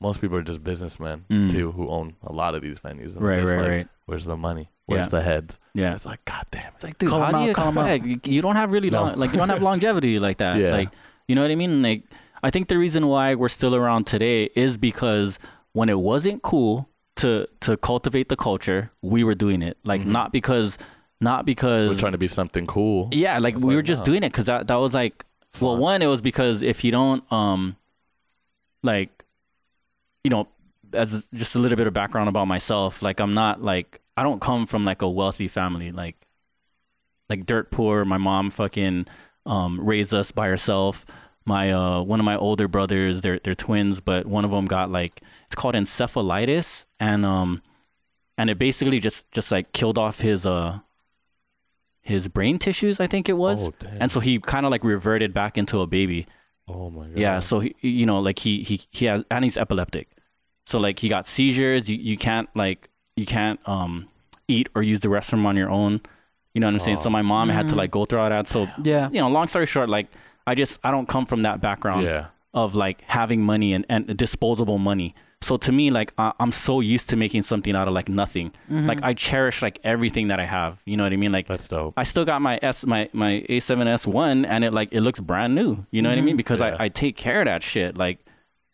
Most people are just businessmen Mm. too, who own a lot of these venues. And right, it's right, like, right. Where's the money? Where's Yeah. the heads? Yeah. It's like, God damn it. It's like, dude, Call how 'em do you out, call 'em out. expect? You, you don't have really No. long, like you don't have longevity [laughs] like that. Yeah. Like, you know what I mean? Like, I think the reason why we're still around today is because when it wasn't cool to to cultivate the culture, we were doing it. Like, not because, not because Mm-hmm. We're trying to be something cool. yeah, like It's we like, were just no. doing it because that that was like well, not- one it was because if you don't um, like, you know, as just a little bit of background about myself, like I'm not like I don't come from like a wealthy family, like like dirt poor. My mom fucking um raised us by herself. My uh one of my older brothers, they're they're twins, but one of them got like it's called encephalitis and um and it basically just just like killed off his uh his brain tissues, I think it was. Oh, damn. and so he kind of like reverted back into a baby. oh my God. Yeah, so he, you know, like he he he has and he's epileptic, so like he got seizures. You you can't like you can't um eat or use the restroom on your own. You know what I'm saying? So my mom had to like go through all that. So yeah, you know, long story short, like I just I don't come from that background Yeah. of like having money and, and disposable money. So to me, like I, I'm so used to making something out of like nothing. Like I cherish like everything that I have. You know what I mean? Like That's dope. I still got my S my my A7S one and it like it looks brand new. You know what I mean? Because Yeah. I, I take care of that shit. Like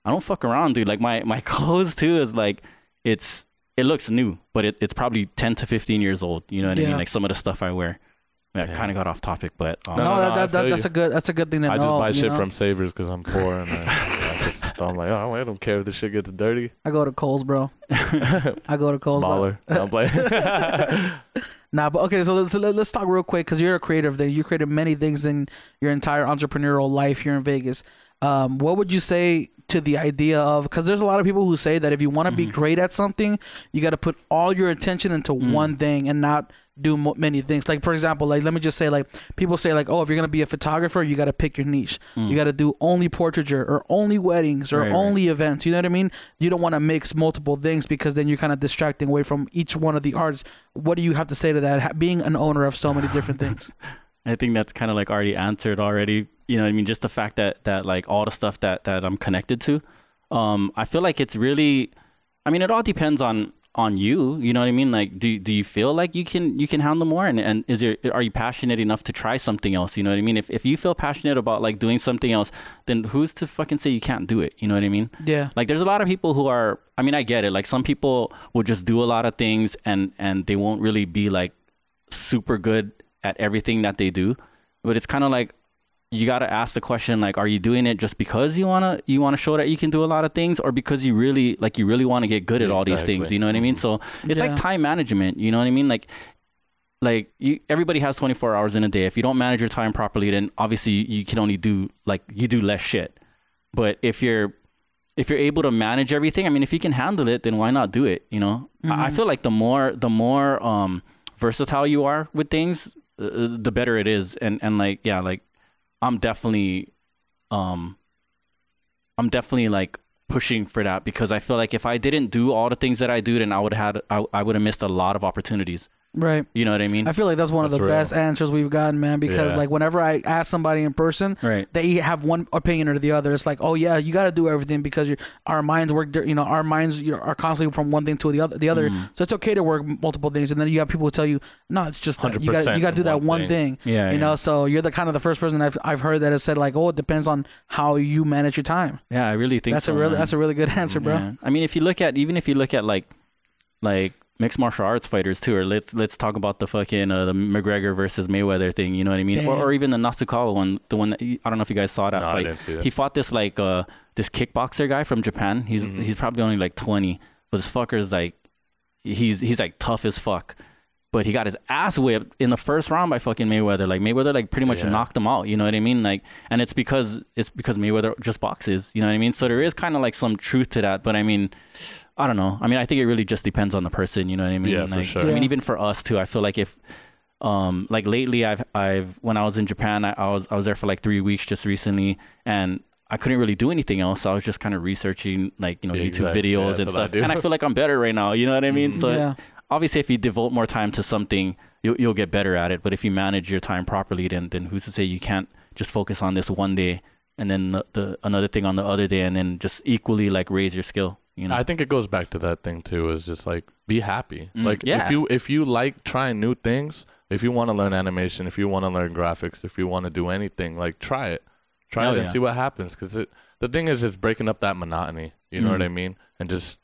I don't fuck around, dude. Like my my [laughs] clothes too is like it's it looks new, but it, it's probably ten to fifteen years old. You know what I Yeah. mean? Like some of the stuff I wear. Yeah, kind of got off topic, but um, No, no, no, that, no, I that, that, feel that's you. a good that's a good thing to I know. just buy you shit know? from Savers because I'm poor, and I, [laughs] I just, so I'm like, oh, I don't care if this shit gets dirty. I go to Coles, [laughs] bro. I go to Coles. bro. Baller. I'm [laughs] like, [laughs] Nah, but okay, so let's, so let- let's talk real quick because you're a creative. Then you created many things in your entire entrepreneurial life here in Vegas. Um, what would you say to the idea of? Because there's a lot of people who say that if you want to be great at something, you got to put all your attention into one thing and not do mo- many things. Like for example, like let me just say, like people say, like oh, if you're gonna be a photographer, you got to pick your niche. You got to do only portraiture or only weddings or Right, right. only events. You know what I mean? You don't want to mix multiple things because then you're kind of distracting away from each one of the arts. What do you have to say to that? ha- Being an owner of so many different [laughs] things. I think that's kind of like already answered already. You know, what I mean, just the fact that that like all the stuff that that I'm connected to, um, I feel like it's really, I mean, it all depends on on you. You know what I mean? Like, do do you feel like you can you can handle more, and and is there are you passionate enough to try something else? You know what I mean? If if you feel passionate about like doing something else, then who's to fucking say you can't do it? You know what I mean? Yeah. Like there's a lot of people who are I mean I get it. Like some people will just do a lot of things and and they won't really be like super good at everything that they do. But it's kind of like you got to ask the question like are you doing it just because you want to you want to show that you can do a lot of things or because you really like you really want to get good at all these Exactly. things, you know what I mean? So it's Yeah. like time management, you know what I mean? Like like you, everybody has 24 hours in a day. If you don't manage your time properly, then obviously you, you can only do like you do less shit. But if you're if you're able to manage everything, I mean, if you can handle it, then why not do it? You know, I I feel like the more the more um, versatile you are with things, uh, uh, the better it is. And and like yeah, like I'm definitely, um, I'm definitely like pushing for that because I feel like if I didn't do all the things that I do, then I would have had I, I would have missed a lot of opportunities. Right. You know what I mean? I feel like that's one of That's the real. best answers we've gotten, man. Because Yeah. like whenever I ask somebody in person, Right. they have one opinion or the other. It's like, oh yeah, you got to do everything because you our minds work. di- You know, our minds you know, are constantly from one thing to the other. The other, so it's okay to work m- multiple things. And then you have people who tell you, no, it's just that. you got 100% you got to do in that one one thing. thing. Yeah, You yeah. know, so you're the kind of the first person I've I've heard that has said like, oh, it depends on how you manage your time. yeah, I really think That's so, a really man. that's a really good [laughs] answer, bro. Yeah. I mean, if you look at even if you look at like like mixed martial arts fighters too, or let's let's talk about the fucking uh, the McGregor versus Mayweather thing. You know what I mean? Or, Damn. or even the Nasukawa one, the one that you- I don't know if you guys saw that No, I fight. didn't see that. He fought this like uh this kickboxer guy from Japan. He's Mm-hmm. he's probably only like twenty, but this fucker is like he's he's like tough as fuck. But he got his ass whipped in the first round by fucking Mayweather. Like Mayweather, like pretty much Yeah. knocked him out. You know what I mean? Like, and it's because it's because Mayweather just boxes. You know what I mean? So there is kind of like some truth to that. But I mean, I don't know. I mean, I think it really just depends on the person. You know what I mean? Yeah, for Like, sure. I mean, Yeah. even for us too. I feel like if um like lately i've i've when i was in japan i, I was i was there for like three weeks just recently and i couldn't really do anything else so i was just kind of researching like you know Yeah, youtube exactly. Yeah, videos that's and what I stuff do. and i feel like i'm better right now you know what [laughs] i mean so Yeah. obviously if you devote more time to something you'll, you'll get better at it but if you manage your time properly then then who's to say you can't just focus on this one day and then the, the another thing on the other day and then just equally like raise your skill you know I think it goes back to that thing too. Is just like be happy. Mm, like yeah. if you if you like trying new things, if you want to learn animation, if you want to learn graphics, if you want to do anything, like try it, try Hell it and yeah. see what happens. Because the thing is, it's breaking up that monotony. You know what Mm. I mean? And just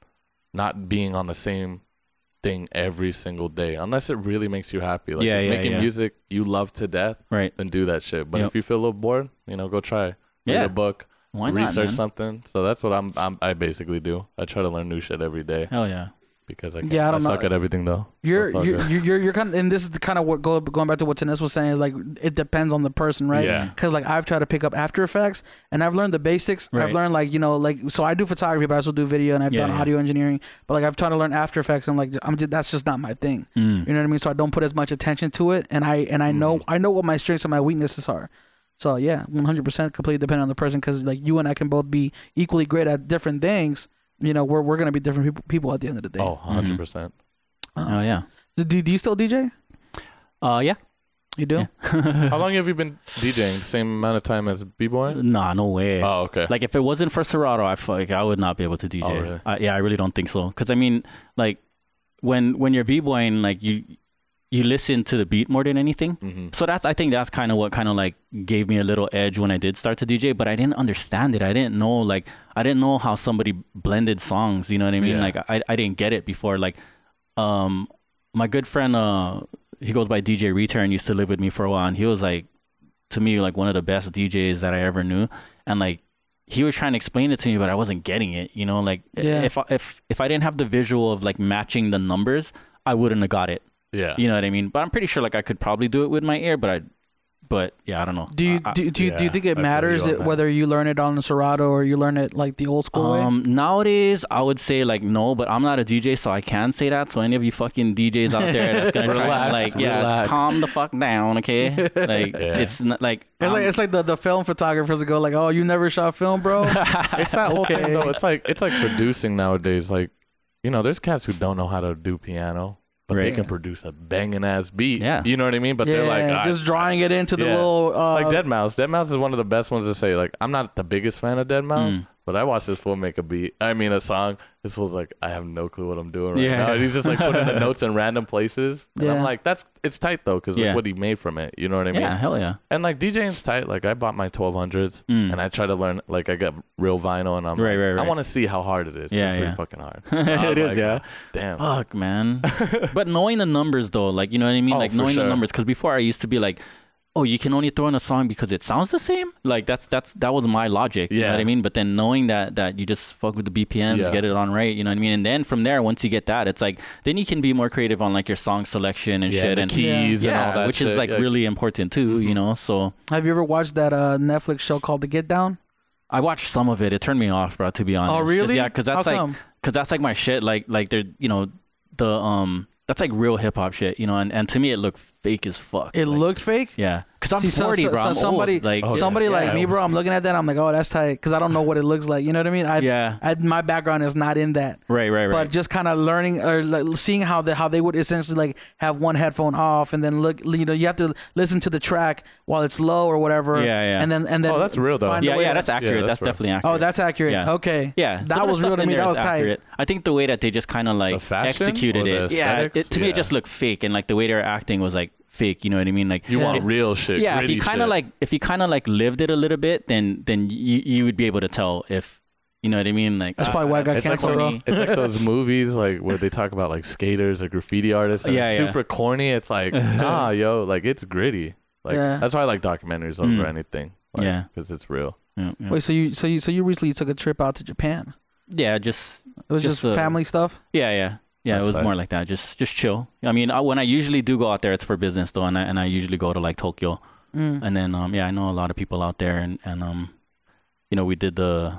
not being on the same thing every single day, unless it really makes you happy. Like Yeah, if yeah, making yeah. music you love to death, right then do that shit. But Yep. if you feel a little bored, you know, go try. it. Read Yeah. a book why not research man? something. So that's what I'm, I'm I basically do. I try to learn new shit every day hell yeah because I, can, Yeah, I I, don't know. suck at everything though. You're That's all [laughs] you're, good. you're you're you're kind of, and this is the kind of what go, going back to what Tanis was saying is like it depends on the person, right? Yeah. Because like I've tried to pick up After Effects and I've learned the basics. I've Right. learned like you know like so I do photography, but I also do video and I've Yeah, done yeah. audio engineering. But like I've tried to learn After Effects. And I'm like I'm just, that's just not my thing. Mm. You know what I mean? So I don't put as much attention to it, and I and I know Mm-hmm. I know what my strengths and my weaknesses are. So yeah, 100% completely dependent on the person because like you and I can both be equally great at different things. You know, we're we're gonna be different people, people at the end of the Mm-hmm. day. Um, Oh, 100 [laughs] percent. oh yeah Do, do you still DJ? uh yeah You do. How long have you been DJing? Same amount of time as B boy? Nah, no way. Oh, okay. Like if it wasn't for Serato, I feel like I would not be able to DJ. Oh, really? I, yeah, I really don't think so. Because I mean, like when when you're b-boying, like you you listen to the beat more than anything. hmm So that's I think that's kind of what kind of like gave me a little edge when I did start to DJ. But I didn't understand it. I didn't know like I didn't know how somebody blended songs. You know what I mean? Yeah. Like I I didn't get it before. Like um my good friend uh he goes by DJ Return used to live with me for a while and he was like to me like one of the best DJs that I ever knew and like he was trying to explain it to me but I wasn't getting it you know like Yeah. if I- if if I didn't have the visual of like matching the numbers I wouldn't have got it Yeah. you know what I mean but I'm pretty sure like I could probably do it with my ear but I but yeah I don't know Do you I- I- do, do, you do you yeah, think I it feel matters you on it, that. whether you learn it on Serato or you learn it like the old school way? Um, nowadays I would say like no, but I'm not a DJ, so I can say that. So any of you fucking DJs out there that's gonna [laughs] try Relax, and like yeah, relax. calm the fuck [laughs] down, okay? Like Yeah. it's not like It's like I'm- it's like the, the film photographers that go like, oh, you never shot film, [laughs] bro. it's that whole Okay. thing though. It's like it's like producing nowadays. Like, you know, there's cats who don't know how to do piano, but they Right. can produce a banging ass beat. Yeah. You know what I mean? But yeah, they're like, "Ah, "I- just drawing it into the Yeah. little uh, like Dead Mouse. Dead Mouse is one of the best ones to say. Like, I'm not the biggest fan of Mm. Dead Mouse, but I watched this fool make a beat. I mean, a song. This fool's like, I have no clue what I'm doing right Yeah. now. And he's just like putting [laughs] the notes in random places. And Yeah. I'm like, that's it's tight though, because Yeah. like what he made from it. You know what I mean? yeah, hell yeah. And like DJing's tight. Like I bought my 1200s Mm. and I try to learn. Like I got real vinyl, and I'm Right, like, right, right. I want to see how hard it is. Yeah, it's pretty yeah. fucking [laughs] hard. I was It is, like, yeah. Damn. [laughs] Fuck, man. but knowing the numbers though, like you know what I mean? Oh, like for knowing the sure. numbers, because before I used to be like, oh, you can only throw in a song because it sounds the same. Like that's that's that was my logic. You know Yeah. what I mean? But then knowing that that you just fuck with the BPMs, Yeah. get it on right. You know what I mean? And then from there, once you get that, it's like then you can be more creative on like your song selection and yeah, shit the and keys yeah, and all that. which is shit. like Yeah. Mm-hmm. really important too. You know, so. Have you ever watched that uh, Netflix show called The Get Down? I watched some of it. It turned me off, bro. To be honest. Oh, 'Cause, really? yeah, because that's How like come? because that's like my shit. Like like they're you know the um that's like real hip hop shit. You know, and and to me it looked fake as fuck. It Like, looked fake. Yeah, because I'm See, so- 40, so- bro. so I'm somebody, old. Like Oh, somebody yeah. like Yeah. me, bro. I'm looking at that. I'm like, oh, that's tight, because I don't know what it looks like. You know what I mean? I, Yeah. I, my background is not in that. right, right, right. But just kind of learning or like seeing how the how they would essentially like have one headphone off and then look, you know, you have to listen to the track while it's low or whatever. Yeah, yeah. And then and then Oh, that's real, though. find a yeah, way yeah, to- that's accurate. that's that's right. definitely accurate. Oh, that's accurate. Yeah. Okay. Yeah, some That of the was real stuff to in me. there That is was tight. accurate. I think the way that they just kind of like fashion executed or the it, yeah, aesthetics? it, to me Yeah. it just looked fake, and like the way they were acting was like fake. You know what I mean? Like You want it- real shit. yeah. If gritty you kind of shit. like, if you kind of like lived it a little bit, then then you you would be able to tell if you know what I mean. Like That's probably why I got It's like, canceled, corny. bro. those, it's like those [laughs] movies like where they talk about like skaters or graffiti artists and Yeah, it's yeah. super corny. It's like [laughs] nah, yo, like it's gritty. Like Yeah. that's why I like documentaries over Mm. anything. Yeah. because it's real. [laughs] yeah, yeah. Wait, so you so you so you recently took a trip out to Japan? yeah, just It was just, Just, uh, family stuff. yeah, yeah. Yeah, That's it was tight. more like that. Just, just chill. I mean, I, when I usually do go out there, it's for business though, and I and I usually go to like Tokyo. Mm. And then um yeah, I know a lot of people out there and, and um you know, we did the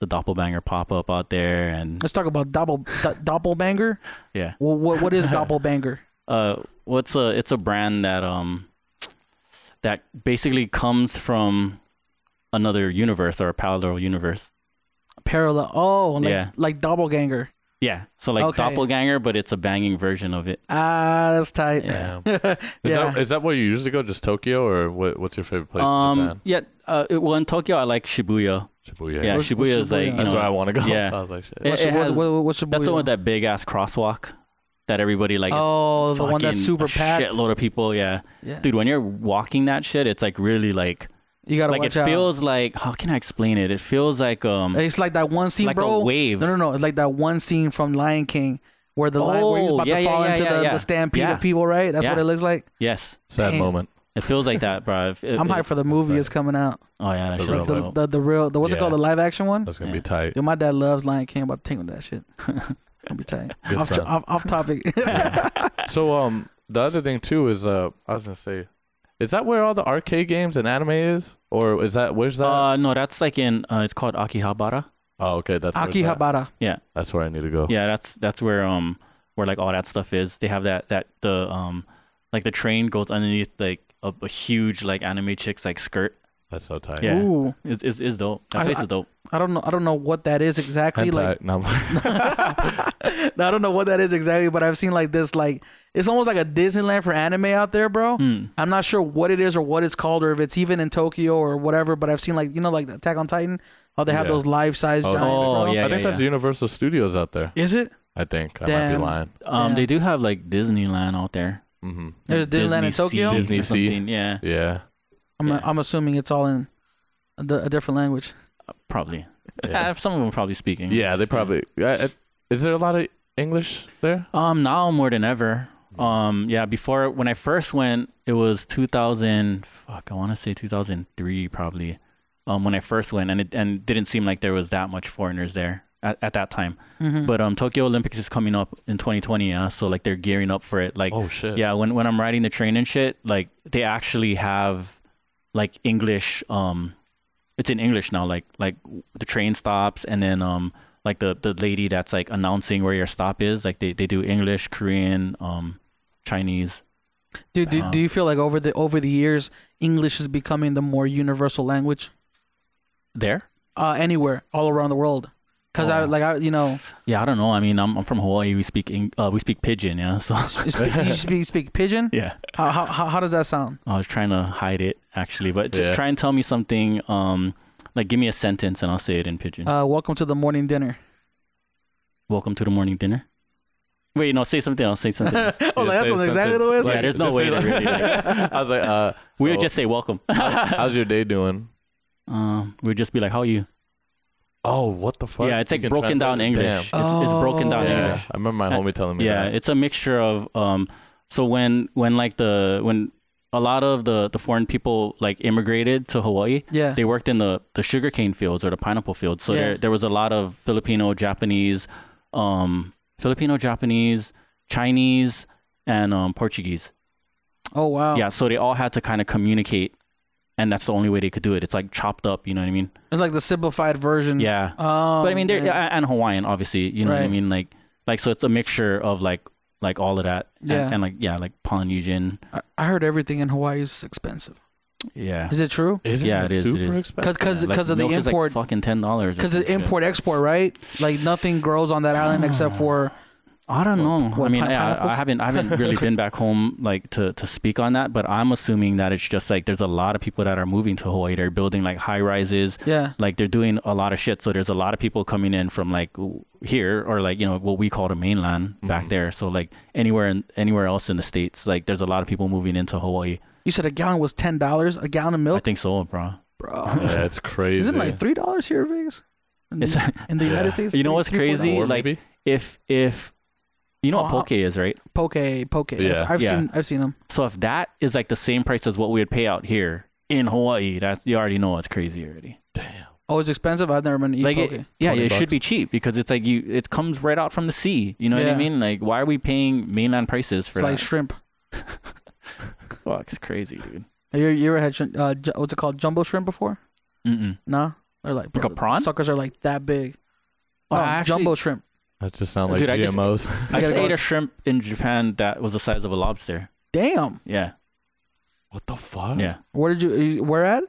the doppelbanger pop up out there and Let's talk about double d- doppelbanger. Yeah. Well, what what [laughs] is doppelbanger? uh what's a it's a brand that um that basically comes from another universe or a parallel universe. Parallel. Oh, like Yeah. like doppelganger. Yeah. So like Okay. doppelganger, but it's a banging version of it. Ah, that's tight. [laughs] Yeah. Damn. Is Yeah. that is that where you usually go? Just Tokyo, or what, what's your favorite place? in um Japan? yeah, uh it- well in Tokyo I like Shibuya. Shibuya. Yeah, What's- Shibuya what's is like Shibuya? you that's know, where I want to go. yeah. [laughs] I was like, shit. It- What's, your- has- what, what, what's your That's the boy- one with that big ass crosswalk that everybody like it's Oh, the one that's fucking super a packed. Shitload of people, yeah. Yeah. Dude, when you're walking that shit, it's like really like you gotta like it watch out. feels like how can I explain it? It feels like um It's like that one scene, Like a bro. wave. No, no, no. It's like that one scene from Lion King where the lion where he's Oh, about yeah, to yeah, fall yeah, into yeah, the, yeah. the stampede Yeah. of people, right? That's what Yeah. it looks like. yes. Sad Damn. moment. It feels like that, bro. It- it- I'm hyped for the movie. It's coming out. Oh yeah, that The shit real was deal. The, dope. the, the real, the, what's it Yeah. called? The live action one? That's gonna Yeah. be tight. Yo, my dad loves Lion King. I'm about to take him to that shit. [laughs] Gonna be tight. Good off, son. off, off topic. [laughs] So um, the other thing too is uh, I was gonna say, is that where all the arcade games and anime is, or is that where's that? Uh no, that's like in uh, it's called Akihabara. oh, okay, that's where's that? Akihabara. That's where I need to go. Yeah, that's that's where um where like all that stuff is. They have that that the um like the train goes underneath like a, a huge like anime chick's like skirt. That's so tight. Yeah. Ooh, Is is is dope. That I- place is dope. I don't know. I don't know what that is exactly. Hentai. Like, no, [laughs] I'm- no, I don't know what that is exactly. But I've seen like this. Like, it's almost like a Disneyland for anime out there, bro. Hmm. I'm not sure what it is or what it's called or if it's even in Tokyo or whatever. But I've seen like you know like Attack on Titan. How they have Yeah. those life size Oh, giants, oh, bro. yeah, I think that's Universal Studios out there. Is it? I think I might Damn. be lying. Um Yeah. they do have like Disneyland out there. hmm There's Disneyland in Tokyo. Sea Disney or Sea. something, Yeah, [laughs] Yeah. I'm, Yeah. I'm assuming it's all in a, di- a different language. probably. Yeah. Uh, some of them probably speaking. Yeah, they probably. I, I, is there a lot of English there? Um, now more than ever. Um, yeah. Before when I first went, it was 2000. Fuck, I want to say 2003 probably. Um, when I first went, and it and it didn't seem like there was that much foreigners there at, at that time. Mhm. But um, Tokyo Olympics is coming up in 2020. Yeah, so like they're gearing up for it. Like, Oh shit. yeah, when when I'm riding the train and shit, like they actually have like English um it's in English now, like like the train stops and then um like the the lady that's like announcing where your stop is, like they, they do English, Korean, um Chinese. Dude, do, Uh-huh. do you feel like over the over the years, English is becoming the more universal language There? uh, anywhere, all around the world? Because I Oh. like I you know Yeah, I don't know. I mean, I'm I'm from Hawaii. We speak Eng- uh, we speak pidgin, yeah. [laughs] So you speak, you speak, speak pigeon. yeah. How, how how how does that sound? I was trying to hide it actually, but j- Yeah. try and tell me something um like give me a sentence and I'll say it in pidgin. Uh, welcome to the morning dinner. Welcome to the morning dinner. Wait, no, say something else. Say something else. Oh, like, that's say exactly the way. sentence. Yeah, there's no just way say to like- [laughs] really, I was like, uh, [laughs] we would so just say welcome. [laughs] how's your day doing? um, we'd just be like, "How are you?" Oh, what the fuck? yeah, it's You like can broken down translate it? English. Damn. It's, it's broken down Oh. Yeah, English. I remember my Uh, homie telling me. Yeah, that. it's a mixture of um. So when when like the when a lot of the the foreign people like immigrated to Hawaii, Yeah. they worked in the the sugarcane fields or the pineapple fields. So Yeah. there there was a lot of Filipino, Japanese, um, Filipino, Japanese, Chinese, and um, Portuguese. oh wow. Yeah, so they all had to kind of communicate, and that's the only way they could do it. It's like chopped up, you know what I mean? It's like the simplified version. Yeah, Um, but I mean, they're yeah. and Hawaiian, obviously, you know what I Right. mean? Like, like so, it's a mixture of like like all of that. And- Yeah. And, like yeah, like Polynesian. I, I heard everything in Hawaii is expensive. Yeah. Is it true? Isn't Yeah, it is, it super is. expensive? Because Yeah, like because of the milk is, like, import, fucking ten dollars. because of the import export, right? Like nothing grows on that island except Ah. for I don't know. what, I mean, pine- yeah, I- I, pineapples? haven't I [laughs] haven't really been back home like to to speak on that, but I'm assuming that it's just like there's a lot of people that are moving to Hawaii. They're building like high rises. yeah. Like they're doing a lot of shit. So there's a lot of people coming in from like w- here or like you know what we call the mainland Mm-hmm. back there. So like anywhere in, anywhere else in the states, like there's a lot of people moving into Hawaii. You said a gallon was ten dollars. A gallon of I milk, think so, bro. bro. yeah, it's crazy. Isn't it like three dollars here in Vegas? In, It's in the Yeah. [laughs] United States, You know three- what's three, four crazy? Or like- maybe? if if you know what Wow. poke is, right? dollars. poke, poke. I've- Yeah. I've, Yeah. seen, I've seen them. So if that is like the same price as what we would pay out here in Hawaii, that's you already know it's crazy already. damn. Oh, it's expensive. I've never been to eat like poke. it, yeah, 20 it bucks. should be cheap because it's like you it comes right out from the sea. You know what Yeah. I mean? Like why are we paying mainland prices for it's like that? shrimp. Fuck, it's crazy, dude. Have you, you ever had shrimp, uh, ju- what's it called, jumbo shrimp before? Mm-mm. No, they're like Like a prawn? Suckers are like that big. Oh, Oh, I actually- jumbo shrimp. That just sounds like Dude, I just- GMOs. I gotta just go- ate a shrimp in Japan that was the size of a lobster. Damn. Yeah, [laughs] what the fuck? yeah. Where did you? you- Where at?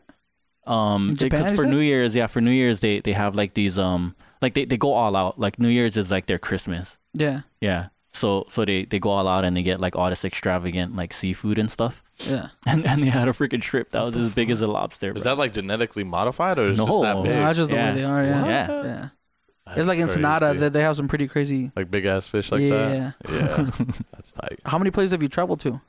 Um, In Japan, because you for said? New Year's, yeah, for New Year's they they have like these um like they they go all out. Like New Year's is like their Christmas. Yeah, Yeah. So so they they go all out and they get like all this extravagant like seafood and stuff. [laughs] yeah. And and they had a freaking shrimp that was as big as a lobster. Is bro. that like genetically modified or is just No. that big? No, that's just Yeah. the way they are. Yeah, What? Yeah. yeah. That's It's like crazy. Ensenada that they have some pretty crazy. Like big ass fish like yeah. that. [laughs] Yeah. That's [laughs] tight. How many places have you traveled to?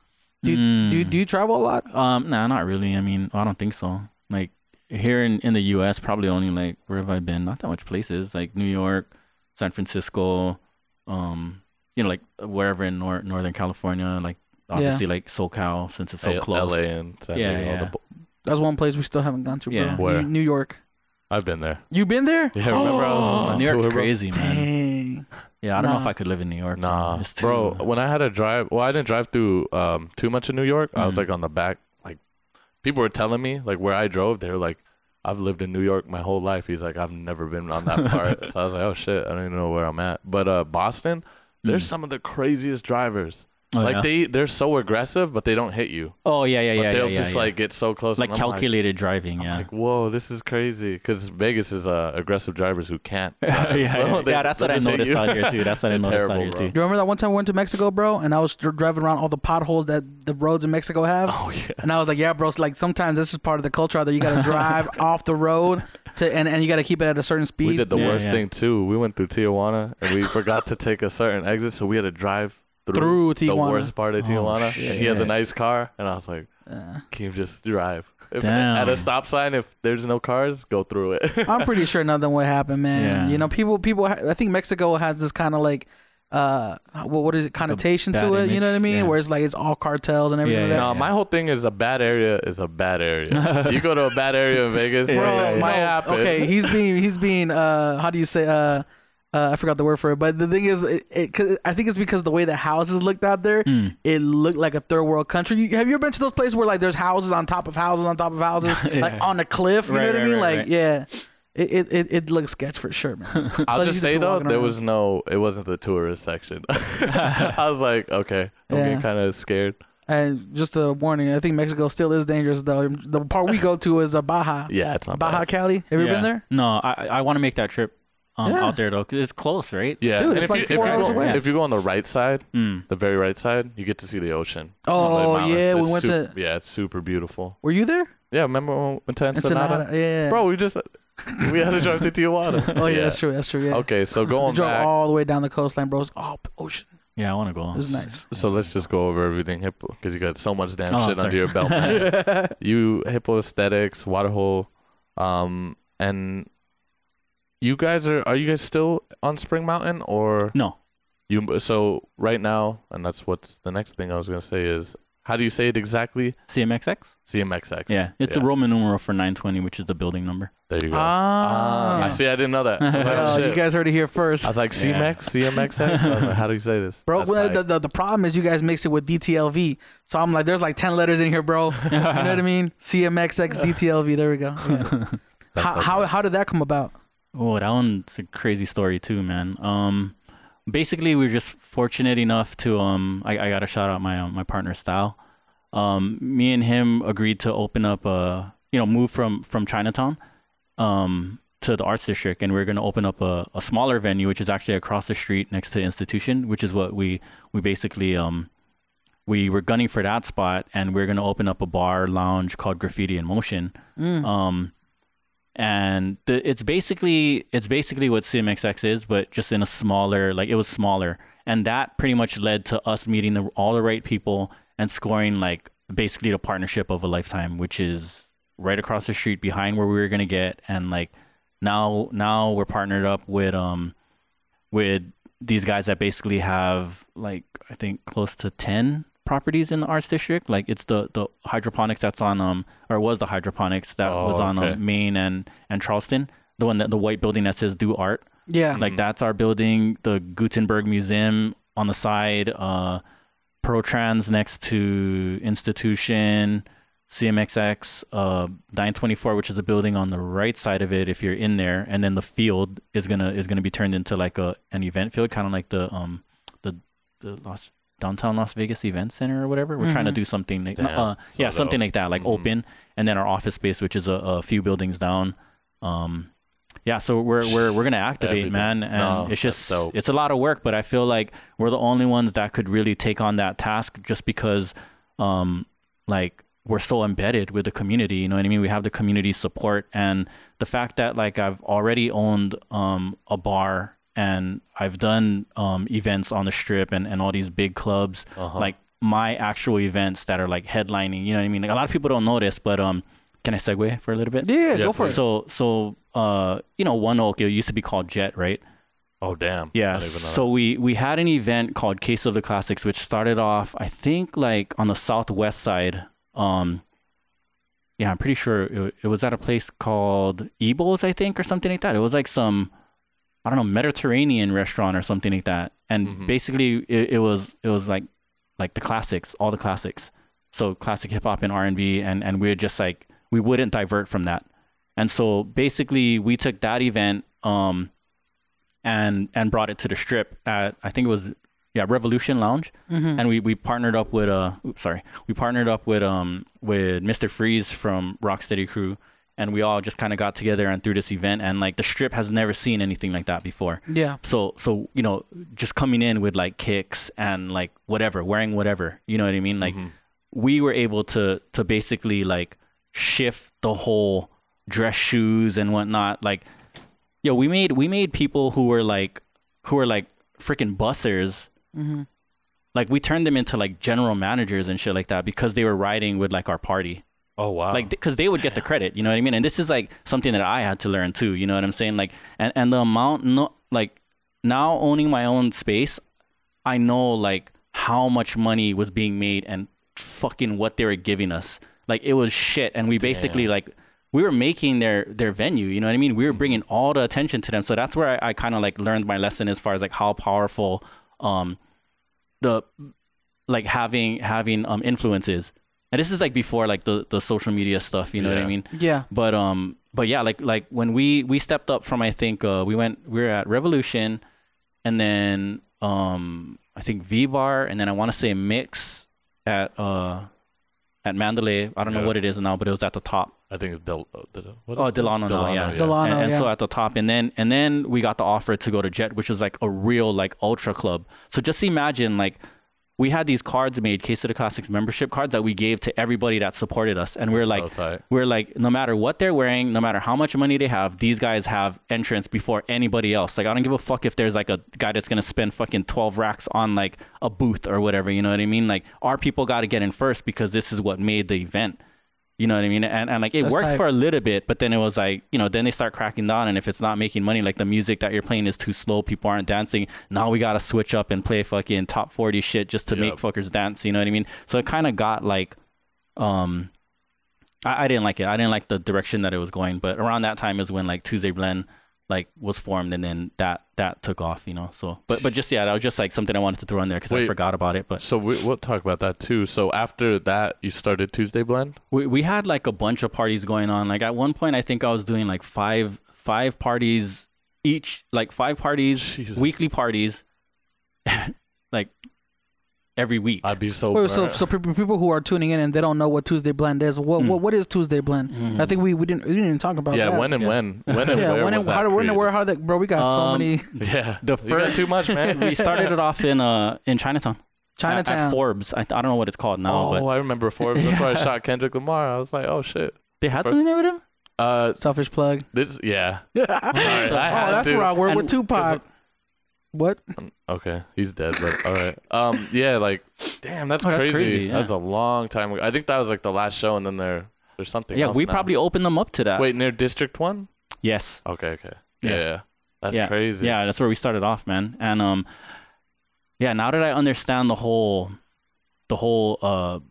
Do you, do you, Mm. do you travel a lot? Um nah, not really. I mean, I don't think so. Like here in in the US, probably only like where have I been? Not that much places. Like New York, San Francisco, um you know like wherever in nor- northern California, like obviously like SoCal since it's so A- close. LA and San Yeah, Diego, all the yeah. bo- That's one place we still haven't gone to. Yeah. bro. Where? New, New York. I've been there. You been there? [gasps] Yeah, [gasps] remember I was on that New tour, York's bro? crazy, man. Dang. Yeah, I don't know Nah. if I could live in New York. bro. Nah, It's too- Oh, bro. When I had a drive, well, I didn't drive through um, too much in New York. I was Mhm. like on the back. Like people were telling me, like where I drove, they were like, "I've lived in New York my whole life." He's like, "I've never been on that [laughs] part." so I was like, "Oh shit, I don't even know where I'm at." But uh, Boston, there's Mm. some of the craziest drivers. Oh, like yeah. they they're so aggressive, but they don't hit you. Oh yeah, yeah, But yeah. they'll yeah, just yeah. like get so close. like and I'm calculated driving. Yeah, Like, [laughs] whoa, this is crazy. Because Vegas is uh, aggressive drivers who can't. [laughs] yeah, drive, so yeah, they- yeah. That's they what I just hit noticed you. out here too. That's what I They're noticed out terrible, here bro. too. You remember that one time we went to Mexico, bro, and I was dr- driving around all the potholes that the roads in Mexico have? [laughs] Oh [laughs] yeah. And I was like, yeah, bro, it's like sometimes this is part of the culture out there. You [laughs] got to drive off the road to, and, and you got to keep it at a certain speed. We did the Yeah, worst yeah. thing too. We went through Tijuana and we forgot to take a certain exit, so we had to drive through through, the Tijuana. worst part of Oh, Tijuana. shit. Uh. he has a nice car, and I was like, Yeah. "Can you just drive if, Damn. at a stop sign? If there's no cars, go through it." [laughs] I'm pretty sure nothing would happen, man. Yeah. You know, people, people. ha- I think Mexico has this kind of like, uh, what what is it? Connotation bad to it. You image, know what I mean? yeah. Where it's like it's all cartels and everything. Yeah, like yeah. that. no, my whole thing is a bad area is a bad [laughs] area. you go to a bad area in Vegas, Yeah, bro, Bro, yeah, yeah. no, might happen. okay, [laughs] he's being he's being uh how do you say uh, uh I forgot the word for it, but the thing is, it, it, 'cause I think it's because the way the houses looked out there, Mm. it looked like a third world country. You, have you ever been to those places where like there's houses on top of houses on top of houses, like [laughs] Yeah. on a cliff? You Right, know what I right, mean? right, like right. yeah, it it it, it looks sketch for sure, man. I'll Plus, just you say people though, walking there around. was no. It wasn't the tourist [laughs] section. [laughs] I was like, okay, I'm Yeah. getting kind of scared. And just a warning, I think Mexico still is dangerous though. The part we go to is uh, Baja, [laughs] Yeah, it's not Baja bad. Cali. Have you Yeah. been there? No, I I want to make that trip um, Yeah. out there though. 'cause it's close, right? Yeah, Dude, and it's if like you, four if you hours go, away. If you go on the right side, Mm. the very right side, you get to see the ocean. Oh, The mountains. yeah, we It's went sup- to- Yeah, it's super beautiful. Were you there? Yeah, remember when we went to Ensenada? Ensenada. Yeah. Bro, we just we had to drive to Tijuana. [laughs] Oh yeah, that's true. That's true. Yeah. Okay, so [laughs] We going drove back, all the way down the coastline, bro. It's all ocean. Yeah, I want to go. It was nice. so let's just go over everything hippo because you got so much damn Oh, shit sorry. under your belt. [laughs] man. you hippo aesthetics, waterhole, um, and you guys are are you guys still on Spring Mountain or No, you? So right now, and that's what's the next thing I was gonna say is how do you say it exactly? CMXX. CMXX. Yeah, it's the Roman numeral for 920, which is the building number. There you go. Ah, Ah, see, I didn't know [laughs] that. I was like, Well, oh, you shit. guys heard it here first, I was like, Yeah. CMX, CMXX. I was like, how do you say this? bro. That's well, tight. the, the the problem is you guys mix it with DTLV. So I'm like, there's like ten letters in here, [laughs] bro. you know what I mean? CMXX DTLV. There we go. Yeah. That's how, like- how how did that come about? Oh, that one's a crazy story too, man. Um, basically we were just fortunate enough to um I, I got to shout out my um, my partner Style. Um, me and him agreed to open up a you know move from from Chinatown um to the arts district and we are going to open up a, a smaller venue which is actually across the street next to the institution which is what we we basically um we were gunning for that spot and we are going to open up a bar lounge called graffiti in motion um and the, it's basically it's basically what CMXX is, but just in a smaller like it was smaller, and that pretty much led to us meeting the, all the right people and scoring like basically the partnership of a lifetime, which is right across the street behind where we were gonna get, and like now now we're partnered up with um with these guys that basically have like I think close to ten properties in the arts district. Like it's the the hydroponics that's on um or was the hydroponics that Oh, was on okay. um, Maine and and Charleston. The one that the white building that says do art. Yeah. Mm-hmm. Like that's our building. The Gutenberg Museum on the side. Uh, Protrans next to Institution. CMXX uh, 924, which is a building on the right side of it, if you're in there, and then the field is gonna is gonna be turned into like a an event field, kind of like the um the the Las, downtown Las Vegas Event Center or whatever. We're trying to do something like Mm-hmm. Damn, uh, so yeah, something dope. Mm-hmm. like that, like open, and then our office space, which is a, a few buildings down. Um, yeah, so we're we're we're gonna activate, Everything. man, and No, it's that's just dope. it's a lot of work, but I feel like we're the only ones that could really take on that task, just because um, like we're so embedded with the community you know what i mean we have the community support and the fact that like i've already owned um a bar and i've done um events on the strip and and all these big clubs Uh-huh. like my actual events that are like headlining you know what i mean like a lot of people don't notice but um can i segue for a little bit Yeah, go Yeah, for it. please. so so uh you know one oak it used to be called jet right Oh damn. I yeah. didn't even know So we we had an event called Case of the Classics, which started off, I think, like on the southwest side. Um, yeah, I'm pretty sure it, it was at a place called Ebos, I think, or something like that. It was like some, I don't know, Mediterranean restaurant or something like that. And Mm-hmm. Mhm. basically, it, it was it was like like the classics, all the classics. So classic hip hop and R and B, and and we're just like we wouldn't divert from that. And so basically, we took that event um, and and brought it to the strip at I think it was yeah Revolution Lounge, and we we partnered up with uh oops, sorry we partnered up with um with Mr. Freeze from Rocksteady Crew, and we all just kind of got together and threw this event, and like the strip has never seen anything like that before. yeah. So so you know just coming in with like kicks and like whatever wearing whatever you know what I mean like we were able to to basically like shift the whole dress shoes and whatnot like yo we made we made people who were like who were like freaking bussers like we turned them into like general managers and shit like that because they were riding with like our party Oh wow. like because they would get the credit you know what i mean and this is like something that i had to learn too you know what i'm saying like and, and the amount no like now owning my own space i know like how much money was being made and fucking what they were giving us like it was shit and we basically like we were making their their venue you know what i mean we were bringing all the attention to them so that's where i, I kind of like learned my lesson as far as like how powerful um the like having having um influences and this is like before like the the social media stuff you know what i Yeah. mean Yeah. but um but yeah like like when we we stepped up from i think uh we went we were at revolution and then um i think v bar and then i want to say mix at uh at mandalay i don't know Yeah. what it is now but it was at the top I think it's Del. uh, Del what Oh, is it? Delano now, yeah. Delano. and, and yeah. so at the top and then and then we got the offer to go to jet which was like a real like ultra club so just imagine like we had these cards made case of the classics membership cards that we gave to everybody that supported us and we're So like tight. we're like no matter what they're wearing no matter how much money they have these guys have entrance before anybody else like i don't give a fuck if there's like a guy that's gonna spend fucking 12 racks on like a booth or whatever you know what i mean like our people gotta get in first because this is what made the event you know what I mean? And, and like it That's worked tight. for a little bit, but then it was like, you know, then they start cracking down. And if it's not making money, like the music that you're playing is too slow, people aren't dancing. Now we got to switch up and play fucking top 40 shit just to make Yep. fuckers dance. You know what I mean? So it kind of got like, um, I, I didn't like it. I didn't like the direction that it was going. But around that time is when like Tuesday Blend like was formed and then that that took off you know so but but just yeah that was just like something i wanted to throw in there because i Wait. forgot about it but So we, we'll talk about that too. So after that, you started Tuesday Blend. we we had like a bunch of parties going on. Like at one point, I think I was doing like five five parties each, like five parties, Jesus. weekly parties, [laughs] like every week. I'd be so. Wait, so burnt. so pe- pe- people who are tuning in and they don't know what Tuesday blend is. What what, what is Tuesday blend? I think we, we didn't we didn't even talk about Mm. yeah, that. when and Yeah. when, when and yeah, where when and was that how when and where created? how that bro we got so Um, many Yeah, The you got first- too much, man. [laughs] [laughs] [laughs] we started it off in uh in Chinatown. At- Chinatown. at, Forbes. I, I don't know what it's called now, oh, but I remember Forbes. That's [laughs] why I shot Kendrick Lamar. I was like, oh shit. they had For- something there with him. Uh, Selfish plug. this [laughs] yeah. oh, Sorry, [laughs] I had that's to. where I work And- with Tupac. What? Okay, he's dead, but all right. Um, yeah, like, damn, that's Oh, that's crazy. That's, crazy, yeah. a long time ago. I think that was like the last show, and then there, there's something. Yeah, else we now. probably opened them up to that. wait near District One. Yes. Okay, okay, Yes. yeah, yeah. that's Yeah, crazy. Yeah, that's where we started off, man. And um, yeah, now that I understand the whole, the whole uh,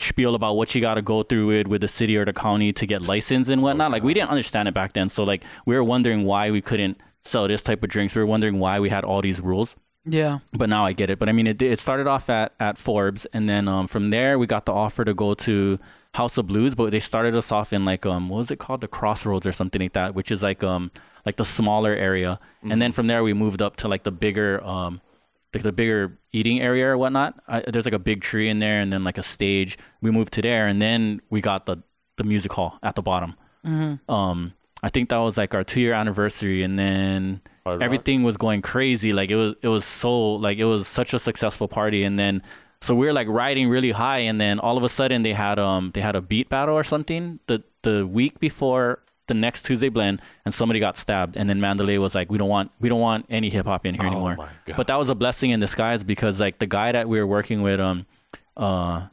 spiel about what you got to go through with with the city or the county to get licensed and whatnot, like we didn't understand it back then. So like we were wondering why we couldn't sell this type of drinks. We were wondering why we had all these rules. Yeah. But now I get it. But I mean, it it started off at at Forbes, and then um, from there we got the offer to go to House of Blues. But they started us off in like um, what was it called, the Crossroads or something like that, which is like um like the smaller area. And then from there we moved up to like the bigger um like the bigger eating area or whatnot. I, there's like a big tree in there, and then like a stage. We moved to there, and then we got the the music hall at the bottom. Um, I think that was like our two year anniversary, and then Hard Rock? everything was going crazy. Like it was, it was so like it was such a successful party, and then so we were like riding really high, and then all of a sudden they had um they had a beat battle or something the the week before the next Tuesday blend, and somebody got stabbed, and then Mandalay was like, we don't want we don't want any hip hop in here anymore. Oh my God. But that was a blessing in disguise because like the guy that we were working with um uh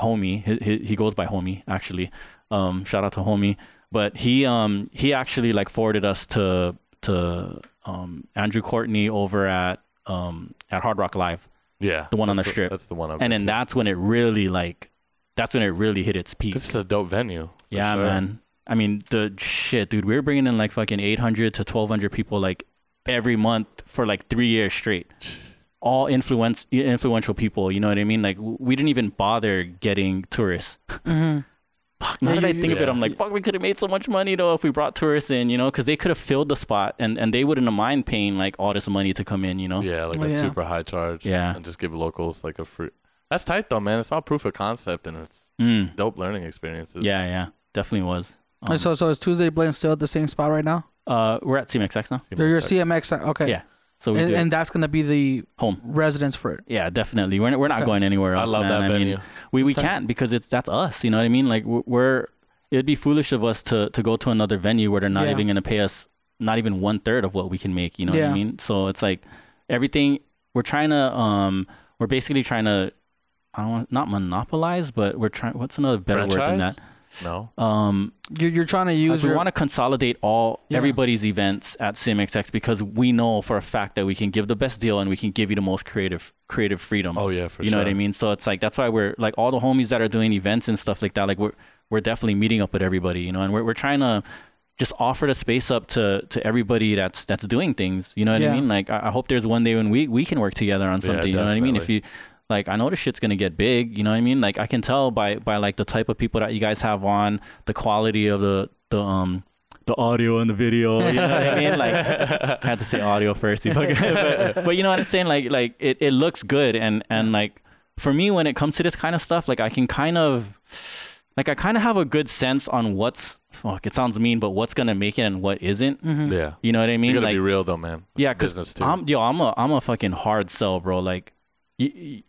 homie he, he, he goes by homie actually um shout out to homie but he um he actually like forwarded us to to um andrew courtney over at um at hard rock live yeah, the one on That's the strip. That's the one. I'm and then that's when it really like that's when it really hit its peak This is a dope venue. for yeah sure. man i mean the shit dude we were bringing in like fucking 800 to 1200 people like every month for like three years straight all influence influential people you know what i mean like w- we didn't even bother getting tourists Mm-hmm. fuck Yeah, now that i you- think of it yeah. i'm like fuck we could have made so much money though if we brought tourists in you know because they could have filled the spot and and they wouldn't have mind paying like all this money to come in you know Yeah, like Oh, a yeah. super high charge. Yeah. and just give locals like a free. That's tight though, man. It's all proof of concept, and it's Mm. dope learning experiences. yeah yeah definitely was Um, so so is Tuesday blend still at the same spot right now? uh we're at cmxx now You know, You're, you're it's like- CMX. uh, Okay. yeah so we And, do it and that's gonna be the home residence for it. Yeah, definitely. We're we're [laughs] not Okay. going anywhere I else. love man. that I venue. mean, we, we Understand. can't because it's that's us. You know what I mean? Like we're, we're it'd be foolish of us to to go to another venue where they're not Yeah. even going to pay us not even one third of what we can make. You know what Yeah. I mean? So it's like everything we're trying to um we're basically trying to I don't want not monopolize, but we're trying. What's another better word than Franchise? that? No, Um, You're, you're trying to like, use we your want to consolidate all Yeah. everybody's events at CMXX because we know for a fact that we can give the best deal and we can give you the most creative creative freedom. Oh, yeah, for you know what sure. I mean. So it's like that's why we're like all the homies that are doing events and stuff like that. Like we're we're definitely meeting up with everybody, you know, and we're we're trying to just offer the space up to to everybody that's that's doing things. You know what Yeah. I mean? Like I, I hope there's one day when we we can work together on Yeah, something. you know what I mean? If definitely. you like I know this shit's gonna get big, you know what I mean? Like I can tell by by like the type of people that you guys have on, the quality of the the um the audio and the video, you know what I [laughs] mean? Like I had to say audio first, you fucking- [laughs] but, but you know what I'm saying? Like like it, it looks good and and like for me when it comes to this kind of stuff, like I can kind of like I kind of have a good sense on what's fuck. It sounds mean, but what's gonna make it and what isn't. yeah. You know what Mm-hmm. I You mean? gotta Like be real though, man. It's yeah, business because too. I'm yo, I'm a I'm a fucking hard sell, bro. Like, y- y-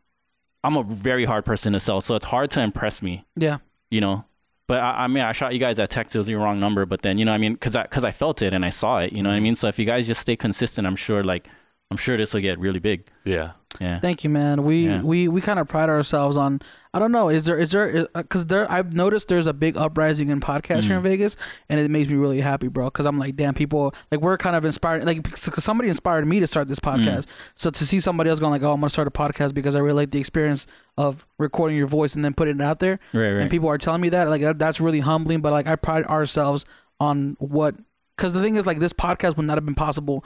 I'm a very hard person to sell, so it's hard to impress me, yeah. you know. But I, I mean, I shot you guys at Texas, it was your wrong number, but then you know, what I mean, because I because I felt it and I saw it, you know what I Mm-hmm. mean. So if you guys just stay consistent, I'm sure, like, I'm sure this will get really big. yeah, Yeah, Thank you, man. We Yeah. we we kind of pride ourselves on. I don't know. Is there is there because there I've noticed there's a big uprising in podcasts here Mm. in Vegas, and it makes me really happy, bro. Because I'm like, damn, people like we're kind of inspired. Like because somebody inspired me to start this Mm. podcast. So to see somebody else going like, oh, I'm gonna start a podcast because I really like the experience of recording your voice and then putting it out there. Right, right. And people are telling me that like that, that's really humbling. But like I pride ourselves on what because the thing is like this podcast would not have been possible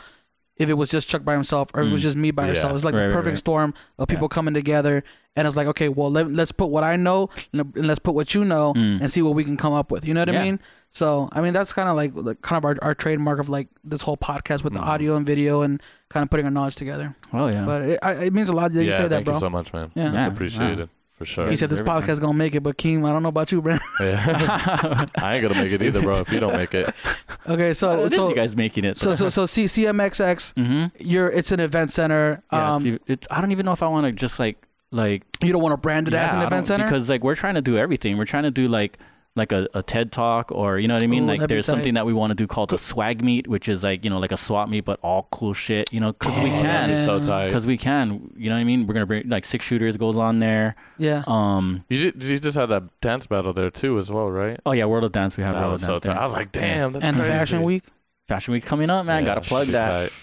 if it was just Chuck by himself or if it was just me by Yeah. herself. It's like Mm. Right, the right, perfect right. storm of people coming together, and it's like, okay, well, let, let's put what I know and and let's put what you know and see what we can come up with. You know what I Mm. Yeah. mean? So, I mean, that's kind of like, like kind of our, our trademark of like this whole podcast with the audio and video and kind of putting our knowledge together. Well, Mm. yeah. But it, I, it means a lot that you yeah, say that, thank bro. you so much, man. Yeah. It's Yeah, appreciated for sure. you said this Everything. podcast gonna make it, but Keem, I don't know about you, bro. [laughs] Yeah. [laughs] [laughs] I ain't gonna make it either, bro. If you don't make it, okay, Well, so it is so you guys making it. so so so C- CMXX, hmm you're it's an event center. [laughs] Yeah, Um, it's, ev- it's. I don't even know if I want to just like like you don't want to brand it as yeah, an I event don't- center. because like we're trying to do everything. We're trying to do like like a, a TED talk or you know what I mean. Ooh, like that'd be there's tight. something that we want to do called the swag meet, which is like you know like a swap meet but all cool shit. You know because we Oh, that'd be can. so Yeah. tight. Because we can, you know what I mean. We're gonna bring like six shooters goes on there. yeah, Um, You just, you just had that dance battle there too, as well, right? oh yeah, World of Dance. We have That World was of so Dance. there. tight. I was like, damn, that's and crazy. Fashion Week. Fashion Week coming up, man. Yeah, Gotta that plug should be that. tight.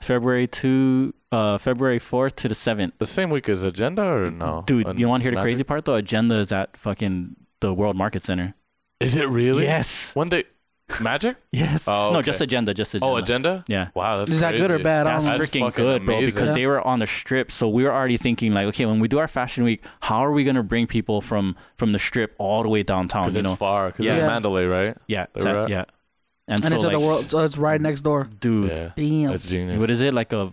February two, uh, February fourth to the seventh. The same week as Agenda or no? Dude, Uh, you want to hear the not- crazy part though? Agenda is at fucking the World Market Center. Is it really? Yes. One day, Magic? Yes. Oh, No, okay. just agenda. Just agenda. Oh, Agenda? Yeah. Wow, that's Is that good or crazy. bad? I don't That's know. That's freaking fucking good, bro. amazing. Because Yeah. they were on the strip, so we were already thinking like, okay, when we do our fashion week, how are we gonna bring people from from the strip all the way downtown? Because You it's know? far. Because Yeah. it's Mandalay, right? Yeah. They so- were at- yeah. And, and so it's like, at the world. So it's right next door. dude, Yeah. Damn. That's genius. what is it like a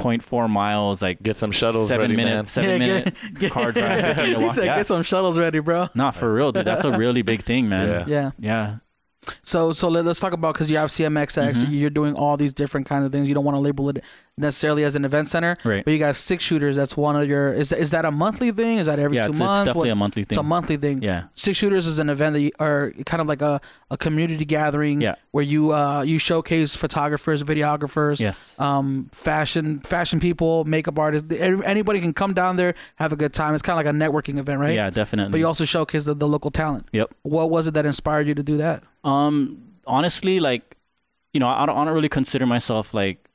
0.4 miles like Get some shuttles seven ready, minute man. [laughs] [laughs] seven minute car drive? fifteen to he walk. said, Yeah. "Get some shuttles ready, bro." Nah, for real, dude. That's a really big thing, man. Yeah. Yeah. So so let, us talk about because you have CMXX, Mhm. you're doing all these different kind of things. You don't want to label it necessarily as an event center, Right. but you got six shooters. That's one of your. Is is that a monthly thing? Is that every yeah, two it's, it's months? definitely What- a monthly it's a thing. monthly thing. yeah. Six Shooters is an event that you, or kind of like a, a community gathering Yeah. where you uh, you showcase photographers, videographers, Yes. um, fashion fashion people, makeup artists. Any- Anybody can come down there, have a good time. It's kind of like a networking event, right? Yeah, definitely. But you also showcase the, the local talent. Yep. What was it that inspired you to do that? Um, honestly, like, you know, I don't, I don't really consider myself like,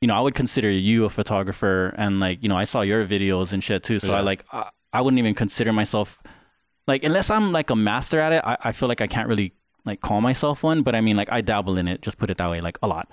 you know, I would consider you a photographer, and like, you know, I saw your videos and shit too. So I Yeah. like, I, I wouldn't even consider myself like, unless I'm like a master at it. I, I feel like I can't really like call myself one, but I mean, like, I dabble in it. Just put it that way, like a lot.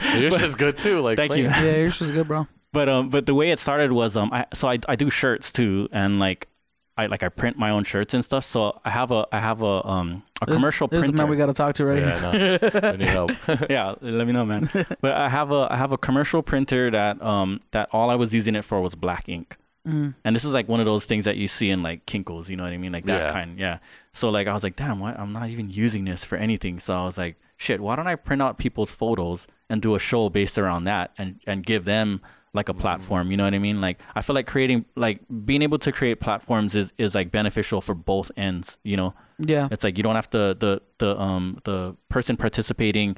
[laughs] Your shit's good too. Like, Thank clean. you. Yeah, yours was good, bro. but um, but the way it started was um, I so I I do shirts too, and like. I like I print my own shirts and stuff, so I have a I have a um a This- commercial This is printer. the man we got to talk to right here. Yeah, no. we need [laughs] help. [laughs] yeah, let me know, man. But I have a I have a commercial printer that um that all I was using it for was black ink. Mm. And this is like one of those things that you see in like Kinkles, you know what I mean? Like that Yeah. kind, yeah. So like I was like, damn, what? I'm not even using this for anything. So I was like, shit, why don't I print out people's photos and do a show based around that and and give them like a platform, you know what I mean? Like I feel like creating like being able to create platforms is is like beneficial for both ends, you know? Yeah. It's like you don't have to the the um the person participating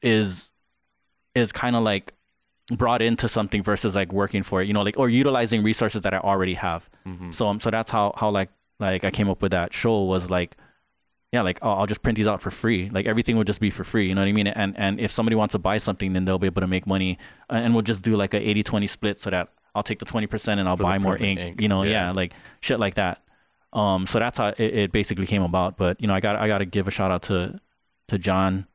is is kind of like brought into something versus like working for it, you know, like or utilizing resources that I already have. Mhm. So um so that's how how like like I came up with that show was like yeah, like oh, I'll just print these out for free. Like everything will just be for free, you know what I mean? And and if somebody wants to buy something, then they'll be able to make money Uh, and we'll just do like a 80/20 split so that I'll take the 20% and I'll For the buy more print ink, ink, you know, yeah. yeah, like shit like that. Um, so that's how it, it basically came about. But you know, I got I got to give a shout out to to John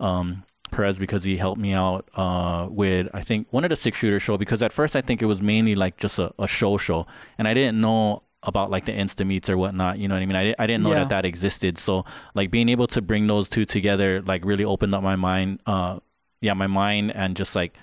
um, Perez because he helped me out uh, with I think one of the six shooter show because at first I think it was mainly like just a, a show show and I didn't know about like the insta meets or whatnot you know what i mean i, di- I didn't know Yeah. that that existed so like being able to bring those two together like really opened up my mind uh yeah my mind and just like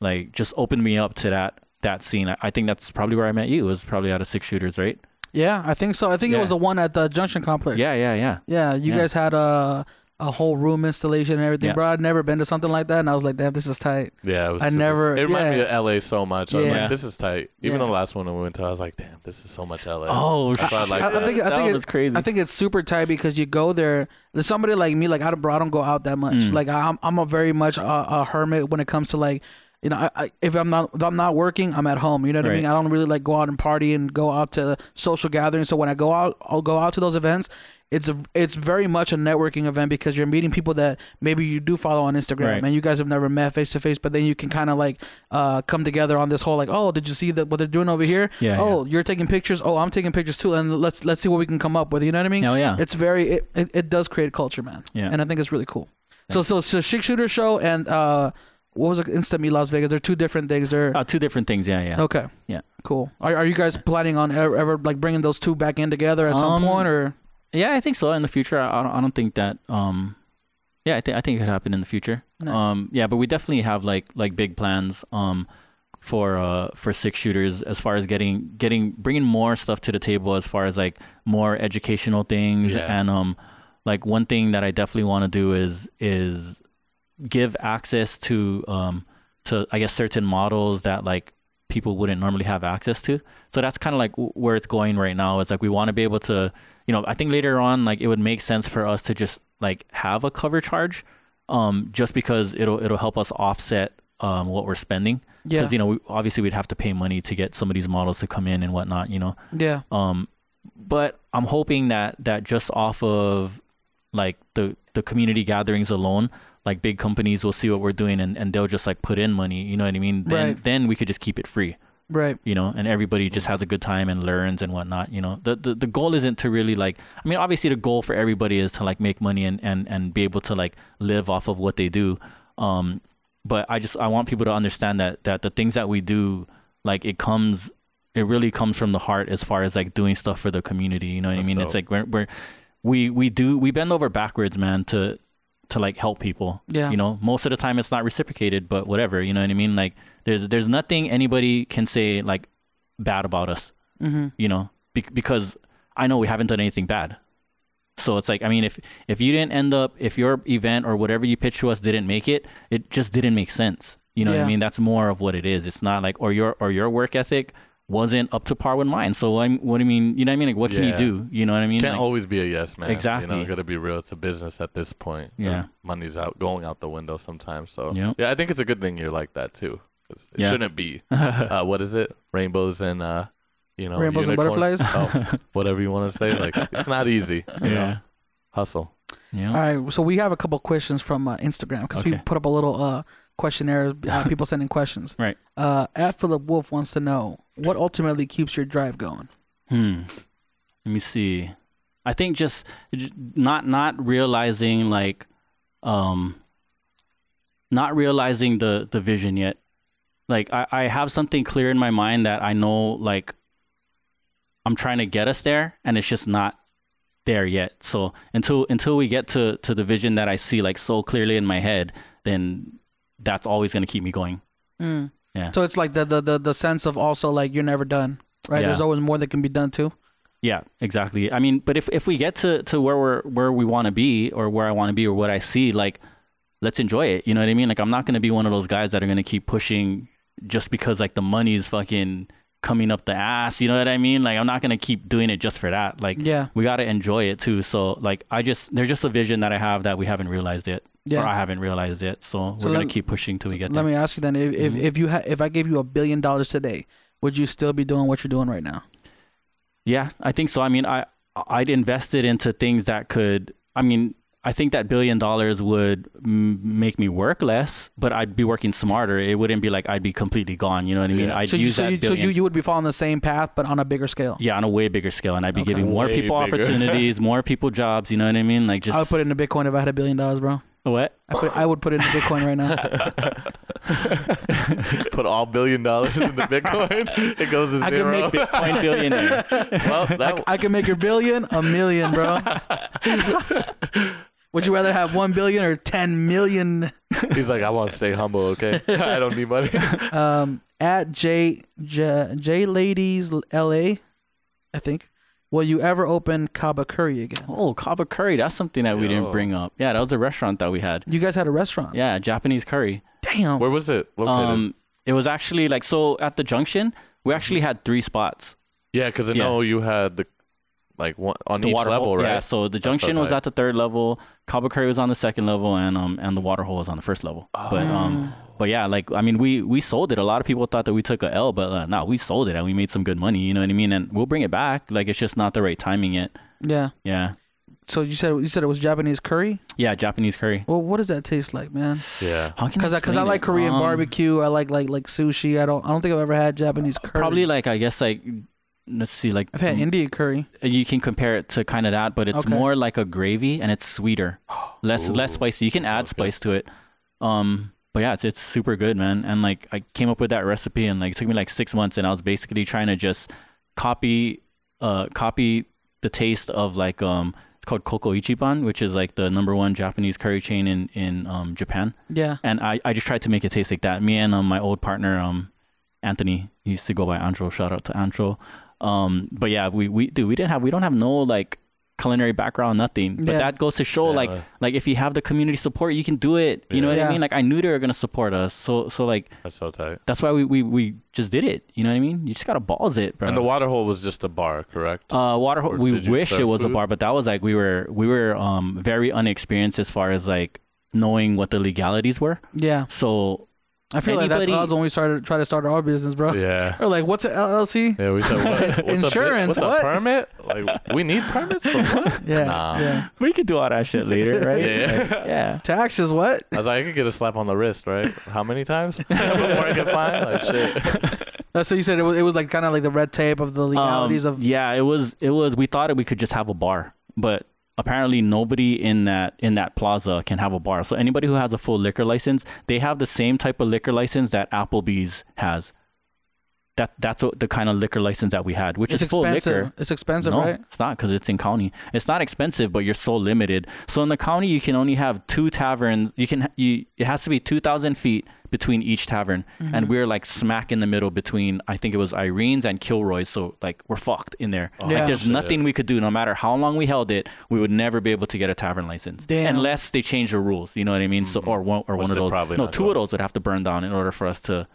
like just opened me up to that that scene i, I think that's probably where i met you it was probably out of six shooters right Yeah, I think so. I think it Yeah. was the one at the Junction Complex. yeah yeah yeah Yeah, you Yeah. guys had a a whole room installation and everything, Yeah. bro. I'd never been to something like that, and I was like, "Damn, this is tight." Yeah, it was I super- never- It reminded yeah. me of LA so much. I was Yeah. like, this is tight. Even Yeah. the last one we went to, I was like, damn, this is so much LA. oh That's why I shit. like I- I that. think- I that think one it- was crazy I think it's super tight because you go there. There's somebody like me, like I don't, bro, I don't go out that much. Mm. Like I'm, I'm a very much a, a hermit when it comes to like, you know, I, I, if I'm not, if I'm not working, I'm at home. You know what I Right. mean? I don't really like go out and party and go out to social gatherings. So when I go out, I'll go out to those events. It's a, it's very much a networking event because you're meeting people that maybe you do follow on Instagram Right. and you guys have never met face to face, but then you can kind of like uh, come together on this whole like, oh, did you see that what they're doing over here? Yeah, Oh, you're taking pictures. Oh, I'm taking pictures too, and let's let's see what we can come up with. You know what I mean? oh yeah It's very it, it, it does create culture, man. Yeah. And I think it's really cool. So so so six shooter show and uh what was it? Insta Meet Las Vegas. They're two different things. They're Uh, two different things. Yeah, yeah. okay. Yeah. Cool. Are are you guys planning on ever, ever like bringing those two back in together at some Um, point or? Yeah, I think so. In the future, I, I don't. I don't think that. Um, yeah, I think I think it could happen in the future. Nice. Um, yeah, but we definitely have like like big plans. Um, for uh for six shooters as far as getting getting bringing more stuff to the table as far as like more educational things Yeah. and um like one thing that I definitely want to do is is give access to um to I guess certain models that like people wouldn't normally have access to. So that's kind of like w- where it's going right now. It's like we want to be able to, you know, I think later on like it would make sense for us to just like have a cover charge um just because it'll it'll help us offset um what we're spending Yeah. you know we, obviously we'd have to pay money to get some of these models to come in and whatnot you know yeah. um but i'm hoping that that just off of like the the community gatherings alone like big companies will see what we're doing and, and they'll just like put in money you know what i mean then Right. then we could just keep it free Right. you know and everybody just has a good time and learns and whatnot you know the, the the goal isn't to really like i mean obviously the goal for everybody is to like make money and and and be able to like live off of what they do um but i just i want people to understand that that the things that we do like it comes it really comes from the heart as far as like doing stuff for the community you know what That's i mean dope. it's like we're, we're we we do we bend over backwards man to to like help people Yeah. you know most of the time it's not reciprocated but whatever you know what i mean like there's there's nothing anybody can say like bad about us Mm-hmm. you know be- because i know we haven't done anything bad so it's like i mean if if you didn't end up if your event or whatever you pitched to us didn't make it it just didn't make sense you know what Yeah. i mean that's more of what it is it's not like or your or your work ethic wasn't up to par with mine so I'm, what do you mean you know what i mean like what can Yeah. you do you know what i mean Can't Like- [laughs] always be a yes man. You know, Exactly. you gotta be real. It's a business at this point. Yeah. money's out going out the window sometimes. So Yep. yeah, I think it's a good thing you're like that too. 'cause It Yeah. shouldn't [laughs] be. Uh, what is it? Rainbows and uh, you know, Rainbows and butterflies? unicorns? Oh, whatever you want to say. Like it's not easy. You know? yeah Hustle. yeah All right. So we have a couple questions from uh, Instagram because we Okay. put up a little uh, questionnaire. [laughs] Uh, people sending questions. Right. Uh, at Philip Wolf wants to know what ultimately keeps your drive going. Hmm. Let me see. I think just j- not not realizing like um not realizing the the vision yet. Like I I have something clear in my mind that I know like I'm trying to get us there and it's just not there yet. So until until we get to to the vision that I see like so clearly in my head, then that's always going to keep me going. Mm. Yeah. So it's like the, the the the sense of also like you're never done, right? Yeah. There's always more that can be done too. Yeah, exactly. I mean, but if if we get to to where we're where we want to be or where I want to be or what I see, like let's enjoy it. You know what I mean? Like I'm not going to be one of those guys that are going to keep pushing just because like the money's fucking coming up the ass, you know what I mean? Like I'm not going to keep doing it just for that. Like Yeah. we got to enjoy it too. So like I just there's just a vision that I have that we haven't realized yet. Yeah. Or I haven't realized it. So, So we're lem- going to keep pushing till we get Let there. me ask you then: if Mm-hmm. if, if you ha- if I gave you a billion dollars today, would you still be doing what you're doing right now? Yeah, I think so. I mean, I I'd invested into things that could. I mean, I think that billion dollars would m- make me work less, but I'd be working smarter. It wouldn't be like I'd be completely gone. You know what I mean? Yeah. I'd so you use so, that you, so billion. you you would be following the same path but on a bigger scale. yeah, on a way bigger scale, and I'd be Okay. giving more Way [laughs] people bigger. opportunities, more people jobs. You know what I mean? Like just I would put it into Bitcoin if I had a billion dollars, bro. [laughs] what? I put I would put it into Bitcoin right now. Put all billion dollars into Bitcoin. [laughs] it goes to zero. I could make Bitcoin billionaire. well, that, I can make your billion a million, bro. Would you rather have one billion or ten million? he's like, I want to stay humble. [laughs] Okay, [laughs] I don't need money. Um, at J J J Ladies L A, I think. Will you ever open Kaba Curry again? [laughs] Oh, kaba curry. That's something that we Yo. didn't bring up. Yeah, that was a restaurant that we had. You guys had a restaurant. Yeah, Japanese curry. Damn. Where was it located? Um, it was actually like so at the junction. We actually had three spots. yeah, because I yeah. know you had the like one on the each water level, hole. right? Yeah, so the junction so was tight. at the third level, Cabo Curry was on the second level, and um and the water hole was on the first level. But um Oh. but yeah, like I mean, we we sold it. A lot of people thought that we took a L, but uh, no, we sold it and we made some good money. You know what I mean? And we'll bring it back. Like it's just not the right timing yet. Yeah. Yeah, So you said you said it was Japanese curry. yeah, Japanese curry. Well, what does that taste like, man? Yeah. How can Because I, cause I explain like this? Korean Um, barbecue. I like like like sushi. I don't I don't think I've ever had Japanese curry. Probably like Mm. I guess like let's see like I've had Indian curry. you can compare it to kind of that, but it's Okay. more like a gravy and it's sweeter, less less Ooh, spicy. You can sounds add good. spice to it. Um, but yeah, it's it's super good, man. And like I came up with that recipe, and like it took me like six months, and I was basically trying to just copy, uh, copy the taste of like um, it's called Koko Ichiban, which is like the number one Japanese curry chain in in um Japan. Yeah. And I I just tried to make it taste like that. Me and um my old partner um, Anthony, he used to go by Antro. Shout out to Antro. Um, but yeah, we we dude, we didn't have we don't have no like culinary background, nothing. But Yeah. that goes to show Yeah. like like if you have the community support you can do it you know what Yeah. i mean like i knew they were gonna support us so so like That's so tight. that's why we we, we just did it you know what i mean you just gotta balls it bro And the water hole was just a bar, correct? uh water Or we did you wish serve it was a food? bar but that was like we were we were um very unexperienced as far as like knowing what the legalities were Yeah. so I feel like that's Anybody- us when we started try to start our business, bro. [laughs] yeah. We're like, what's an [laughs] LLC? Yeah, we said [laughs] what? What's Insurance, A, bit- what? what's a permit? Like we need permits for what? Yeah. Nah. Yeah. we could do all that shit later right Yeah. Like, yeah Taxes, what? I was like, I could get a slap on the wrist, right? How many times [laughs] before I get fined? Like [laughs] shit. Uh, so you said it was, it was like kind of like the red tape of the legalities Um, of. yeah it was it was we thought that we could just have a bar but apparently nobody in that in that plaza can have a bar so anybody who has a full liquor license they have the same type of liquor license that applebee's has that that's what the kind of liquor license that we had which It's is full expensive. liquor It's expensive, no, right? it's not because it's in county. It's not expensive, but you're so limited. So in the county, you can only have two taverns. You can you it has to be two thousand feet between each tavern, Mm-hmm. and we're like smack in the middle between. I think it was Irene's and Kilroy's. So like we're fucked in there. Oh, Yeah. Like there's nothing we could do. No matter how long we held it, we would never be able to get a tavern license Damn. unless they change the rules. You know what I mean? So or one or Mm-hmm. Which one of they're those. probably No, not two going of those would have to burn down in order for us to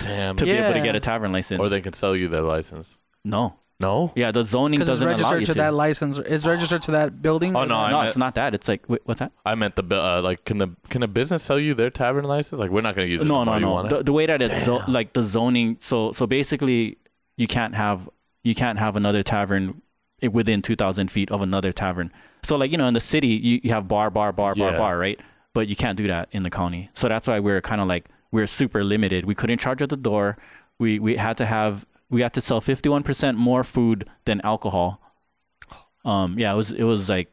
Damn. to be able to Yeah. get a tavern license. Or they could sell you their license. no. No. Yeah, the zoning Because it's doesn't allow registered you to to. that license. It's registered to that building. Oh, no, I no, meant- it's not that. It's like wait, what's that? I meant the bu- uh, like. Can the can a business sell you their tavern license? Like we're not gonna use it. no, anymore. no, You no. want it? The, the way that it's zo- like the zoning. So so basically, you can't have you can't have another tavern i- within two thousand feet of another tavern. So like you know in the city you, you have bar bar bar bar Yeah. bar right, but you can't do that in the county. So that's why we're kind of like we're super limited. We couldn't charge at the door. We we had to have we had to sell fifty one percent more food than alcohol. Um yeah it was it was like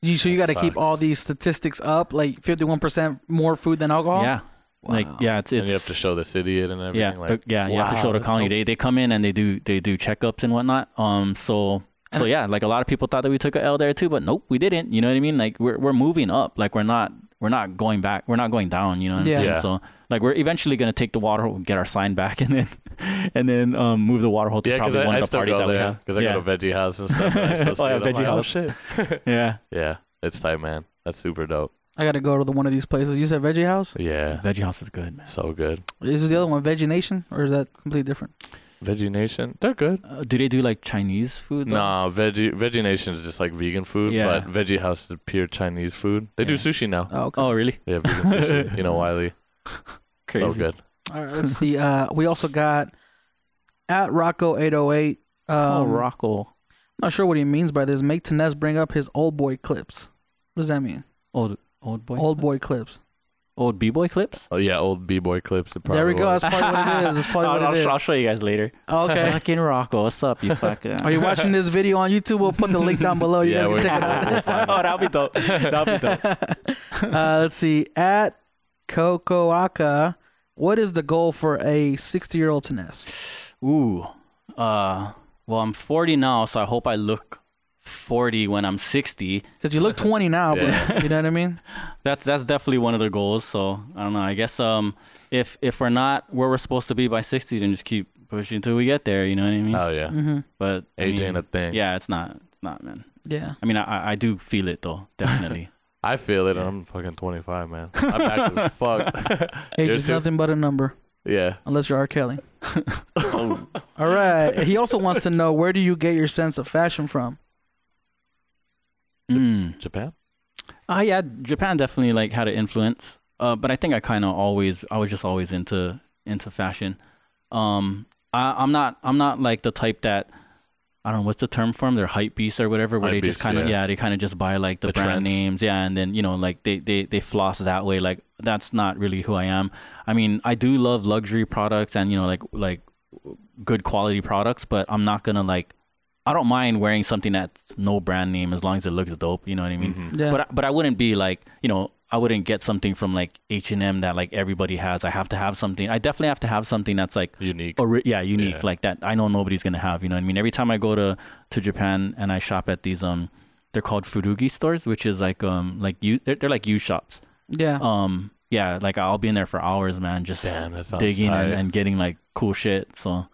You, so you got That to keep sucks. all these statistics up, like 51% more food than alcohol? yeah like Wow. yeah it's it's Oh. and you have to show the city it and everything. yeah, like, the- yeah, you have to wow, show the that's county. so- they they come in and they do they do checkups and whatnot. Um, so so yeah, like a lot of people thought that we took a L there too, but nope, we didn't. You know what I mean? Like we're we're moving up. Like we're not we're not going back. We're not going down. You know what Yeah. I'm saying? Yeah. So like we're eventually gonna take the water hole, get our sign back, [laughs] and then and then um move the water hole to Yeah, because probably I, one I of the still parties go that we there have. because I yeah. go to Veggie House and stuff. And I still [laughs] Oh, see it. yeah, I'm Veggie like, oh House. shit! yeah. Yeah, it's tight, man. That's super dope. I got to go to the, one of these places. You said Veggie House? Yeah, Veggie House is good, man. so good. Is this the other one, Veggie Nation? Or is that completely different? Veggie Nation, they're good. Uh, do they do like Chinese food? though? Nah, veggie Veggie Nation is just like vegan food, Yeah. but Veggie House is pure Chinese food. They do Yeah. sushi now. Oh, okay. Oh, really? They have vegan sushi. You know, Wiley, Crazy. so good. All right, [laughs] let's see. Uh, we also got at Rocco808. Um, oh, Rocco. Not sure what he means by this. Make Tenez bring up his old boy clips. What does that mean? Old old boy. Old boy clips. old b boy clips. Oh yeah, old b boy clips. it There we probably go. was. That's probably what it is. That's [laughs] probably I'll, what it I'll- is. I'll show you guys later. Okay. Fucking Rocco, what's up, Oh, you fucker? Are you watching this video on YouTube? We'll put the link down below. You Yeah, guys we're- can check it [laughs] out. oh, that'll be dope. That'll be dope. uh, let's see. At Kokoaka, what is the goal for a 60 year old Tenez? Ooh. Uh, well, I'm 40 now, so I hope I look 40 when I'm 60. Because you look 20 now, Yeah. but you know what I mean? That's that's definitely one of the goals. So I don't know. I guess um, if if we're not where we're supposed to be by 60, then just keep pushing until we get there. You know what I mean? Oh yeah, but I age mean, ain't a thing. Yeah, it's not. It's not, man. Yeah. I mean, I I- I do feel it though, [laughs] definitely. I feel it. and I'm fucking 25, man. I'm back as fuck. Age Yours is too? nothing but a number, yeah. unless you're R. [laughs] Kelly. All right. He also wants to know where do you get your sense of fashion from? Mm. Japan. Uh, yeah, Japan definitely like had an influence. Uh, but I think I kind of always I was just always into into fashion. Um, I, I'm not I'm not like the type that I don't know what's the term for them. They're hype beasts or whatever, where Hype they just beasts, kind of yeah. yeah. they kind of just buy like the, The brand trends. names, yeah, and then you know like they they they floss that way. Like that's not really who I am. I mean, I do love luxury products and you know like like good quality products, but I'm not gonna like I don't mind wearing something that's no brand name as long as it looks dope. You know what I mean? Mhm. Yeah. But I- but I wouldn't be like you know I wouldn't get something from like H and M that like everybody has. I have to have something. I definitely have to have something that's like Unique. or yeah, unique Yeah. like that. I know nobody's gonna have. You know what I mean? Every time I go to to Japan and I shop at these um, they're called furugi stores, which is like um like you they're, they're like you shops. Yeah. Um yeah, like I'll be in there for hours, man, just Damn, that sounds digging and, tight. and getting like cool shit. So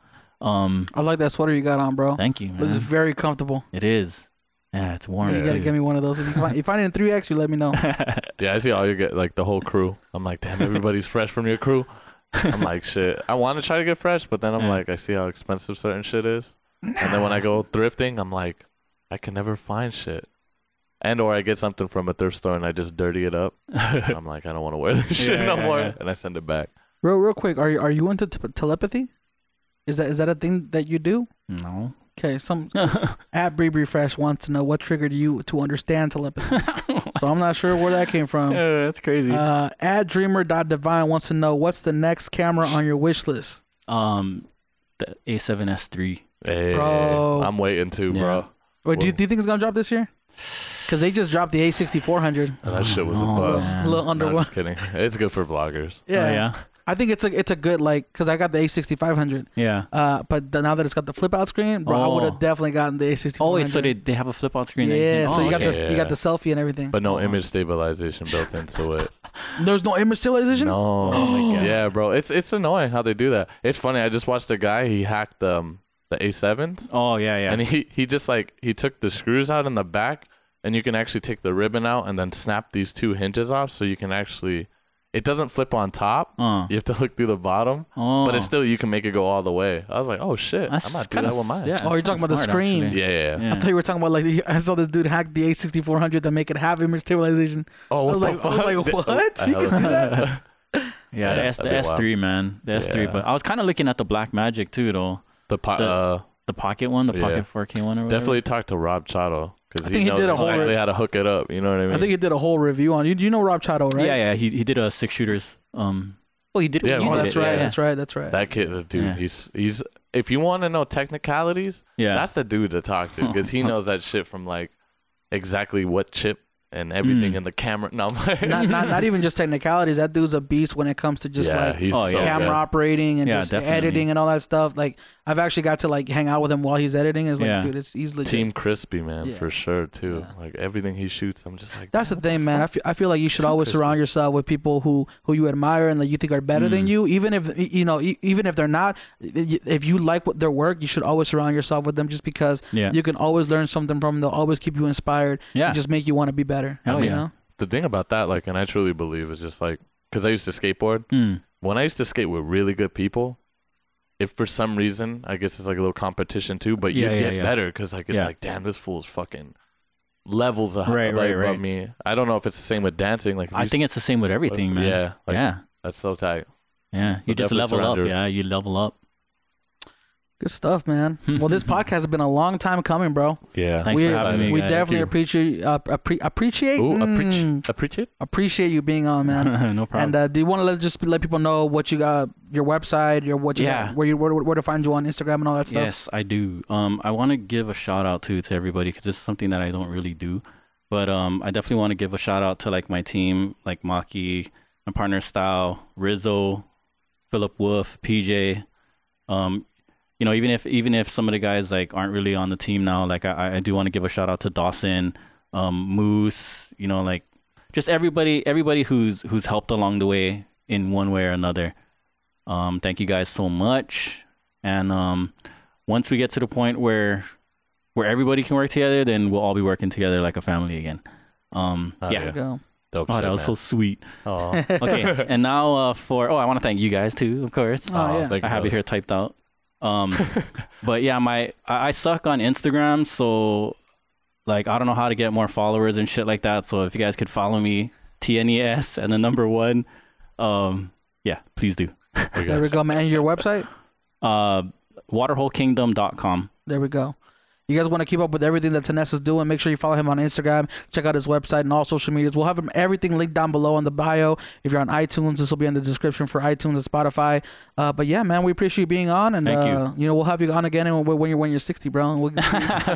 um, I like that sweater you got on, bro. thank you, Looks man. very comfortable. It is. Yeah, it's warm. You gotta too. get me one of those. If you find, you find it in three X, you let me know. Yeah, I see all you get like the whole crew. I'm like, damn, everybody's fresh from your crew. I'm [laughs] like, shit. I want to try to get fresh, but then I'm Yeah. like, I see how expensive certain shit is, and then when I [laughs] go thrifting, I'm like, I can never find shit. And or I get something from a thrift store and I just dirty it [laughs] up. I'm like, I don't want to wear this shit Yeah, no yeah, more, yeah. and I send it back. Real, real quick, are you are you into t- telepathy? Is that is that a thing that you do? [laughs] no. Okay, [laughs] some at Bree Bree Fresh wants to know what triggered you to understand telepathy. [laughs] so I'm not sure where that came from. Yeah, that's crazy. Uh, at Dreamer.divine wants to know what's the next camera on your wish list. um, the A7S three. Hey, Bro. I'm waiting too, bro. Wait, do you, Whoa. do you think it's gonna drop this year? Because they just dropped the A6400. And that shit was a Oh, bust. man. A little under No, I'm one. just kidding. It's good for vloggers. Yeah. Yeah. Oh, yeah, I think it's a it's a good like because I got the A6500. yeah. Uh, but the, now that it's got the flip out screen, bro, I Oh. would have definitely gotten the A6400. Oh wait, so they they have a flip out screen. that yeah, can- so oh, you got okay. the okay. you got the selfie and everything. But no Uh-huh. image stabilization built into it. There's no image stabilization. [gasps] No. Oh yeah, bro. It's it's annoying how they do that. It's funny. I just watched a guy. He hacked um the A7s, Oh yeah, yeah. and he he just like he took the screws out in the back, and you can actually take the ribbon out and then snap these two hinges off, so you can actually. It doesn't flip on top. Uh. You have to look through the bottom, oh, but it's still you can make it go all the way. I was like, oh shit, that's I'm not doing kinda that with mine. s- Yeah, Oh, you're that's talking about the smart, screen. actually. yeah, yeah. yeah. Yeah. I [laughs] thought you were talking about like the, I saw this dude hack the A6400 to make it have image stabilization. Oh, I was what like, [laughs] the fuck? I was like, what? I You can do that? Yeah, the Yeah, S the that'd be S three man, the S three. Yeah. But I was kind of looking at the Black Magic too, though. [laughs] The, po- The- uh, The pocket one, the Yeah. pocket four K one, or whatever. definitely talk to Rob Chato because I he, think he knows did a whole- exactly how to hook it up. You know what I mean? I think he did a whole review on you. You know Rob Chato, right? Yeah, yeah. He he did a six shooters. Um. Oh, he did. Yeah, you well, Oh, did that's it, right. Yeah. That's right. That's right. That kid, uh, dude, Yeah. he's he's. If you want to know technicalities, Yeah. that's the dude to talk to [laughs] because he knows that shit from like exactly what chip and everything Mm. in the camera. [laughs] No, I'm like, [laughs] not, not not even just technicalities. That dude's a beast when it comes to just yeah, like he's oh, so yeah. camera good. operating and Yeah, just definitely. editing and all that stuff. Like I've actually got to like hang out with him while he's editing. It's like, Yeah. dude, it's he's legit. Team Crispy, man, Yeah. for sure too. Yeah. Like everything he shoots, I'm just like. That's the thing, man. I feel, I feel like you should Team always Crispy. surround yourself with people who, who you admire and that you think are better than Mm. you. Even if y- you know, e- even if they're not, y- if you like what their work, you should always surround yourself with them, just because Yeah. you can always learn something from them. They'll always keep you inspired. Yeah. and just make you want to be better. Hell you yeah. know? the thing about that, like, and I truly believe is just like because I used to skateboard. Mm. When I used to skate with really good people, if for some reason, I guess it's like a little competition too, but you Yeah, yeah, get yeah. better because like it's Yeah. like, damn, this fool's fucking levels of Right, like, right, above right. me. I don't know if it's the same with dancing. Like, if I you- think it's the same with everything, man. Yeah, like, yeah. that's so tight. Yeah. You just definitely level up. surrender. Yeah. You level up. Good stuff, [laughs] man. well, this podcast has been a long time coming, bro. Yeah, Thanks we for having me. we guys. definitely Thank appreciate uh, appre- appreciate Ooh, mm, appreciate, appreciate. appreciate you being on, man. [laughs] no problem. and uh, do you want to let just let people know what you got, your website, your what you Yeah. got, where you where, where to find you on Instagram and all that stuff? Yes, I do. Um, I want to give a shout out to to everybody because this is something that I don't really do, but um, I definitely want to give a shout out to like my team, like Maki, my partner Style, Rizzo, Philip Wolf, PJ. Um, you know, even if even if some of the guys like aren't really on the team now, like I, I do want to give a shout out to Dawson, um, Moose. You know, like just everybody everybody who's who's helped along the way in one way or another. Um, thank you guys so much. And um, once we get to the point where where everybody can work together, then we'll all be working together like a family again. Um, Oh, yeah. yeah. Go. Dope Oh, shit, that was so [laughs] man. sweet. Aw. [laughs] Okay, and now uh, for oh, I want to thank you guys too, of course. Oh, Aw, yeah. thank I have you. it here typed out. Um, [laughs] but yeah, my I, I suck on Instagram, so like I don't know how to get more followers and shit like that. So if you guys could follow me, TNES and the number one, um, yeah, please do. We got There we you. go, man. And your website? Uh, waterholekingdom.com. There we go. You guys want to keep up with everything that Tanessa's doing? Make sure you follow him on Instagram. Check out his website and all social medias. We'll have him everything linked down below on the bio. If you're on iTunes, this will be in the description for iTunes and Spotify. Uh, but yeah, man, we appreciate you being on, and Thank you. uh, you know we'll have you on again and when when you're when you're 60, bro. [laughs] And We'll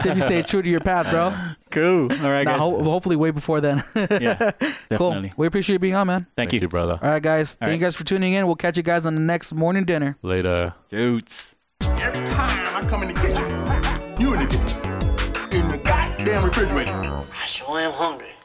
see if you stay true to your path, bro. Cool. All right, Nah, guys. ho- hopefully, way before then. [laughs] yeah, definitely. Cool. We appreciate you being on, man. Thank, you. brother. All right, guys. All Thank you right. guys for tuning in. We'll catch you guys on the next morning dinner. Later. Dudes. Every time I come in the kitchen, you in the kitchen. In the goddamn refrigerator. I sure am hungry.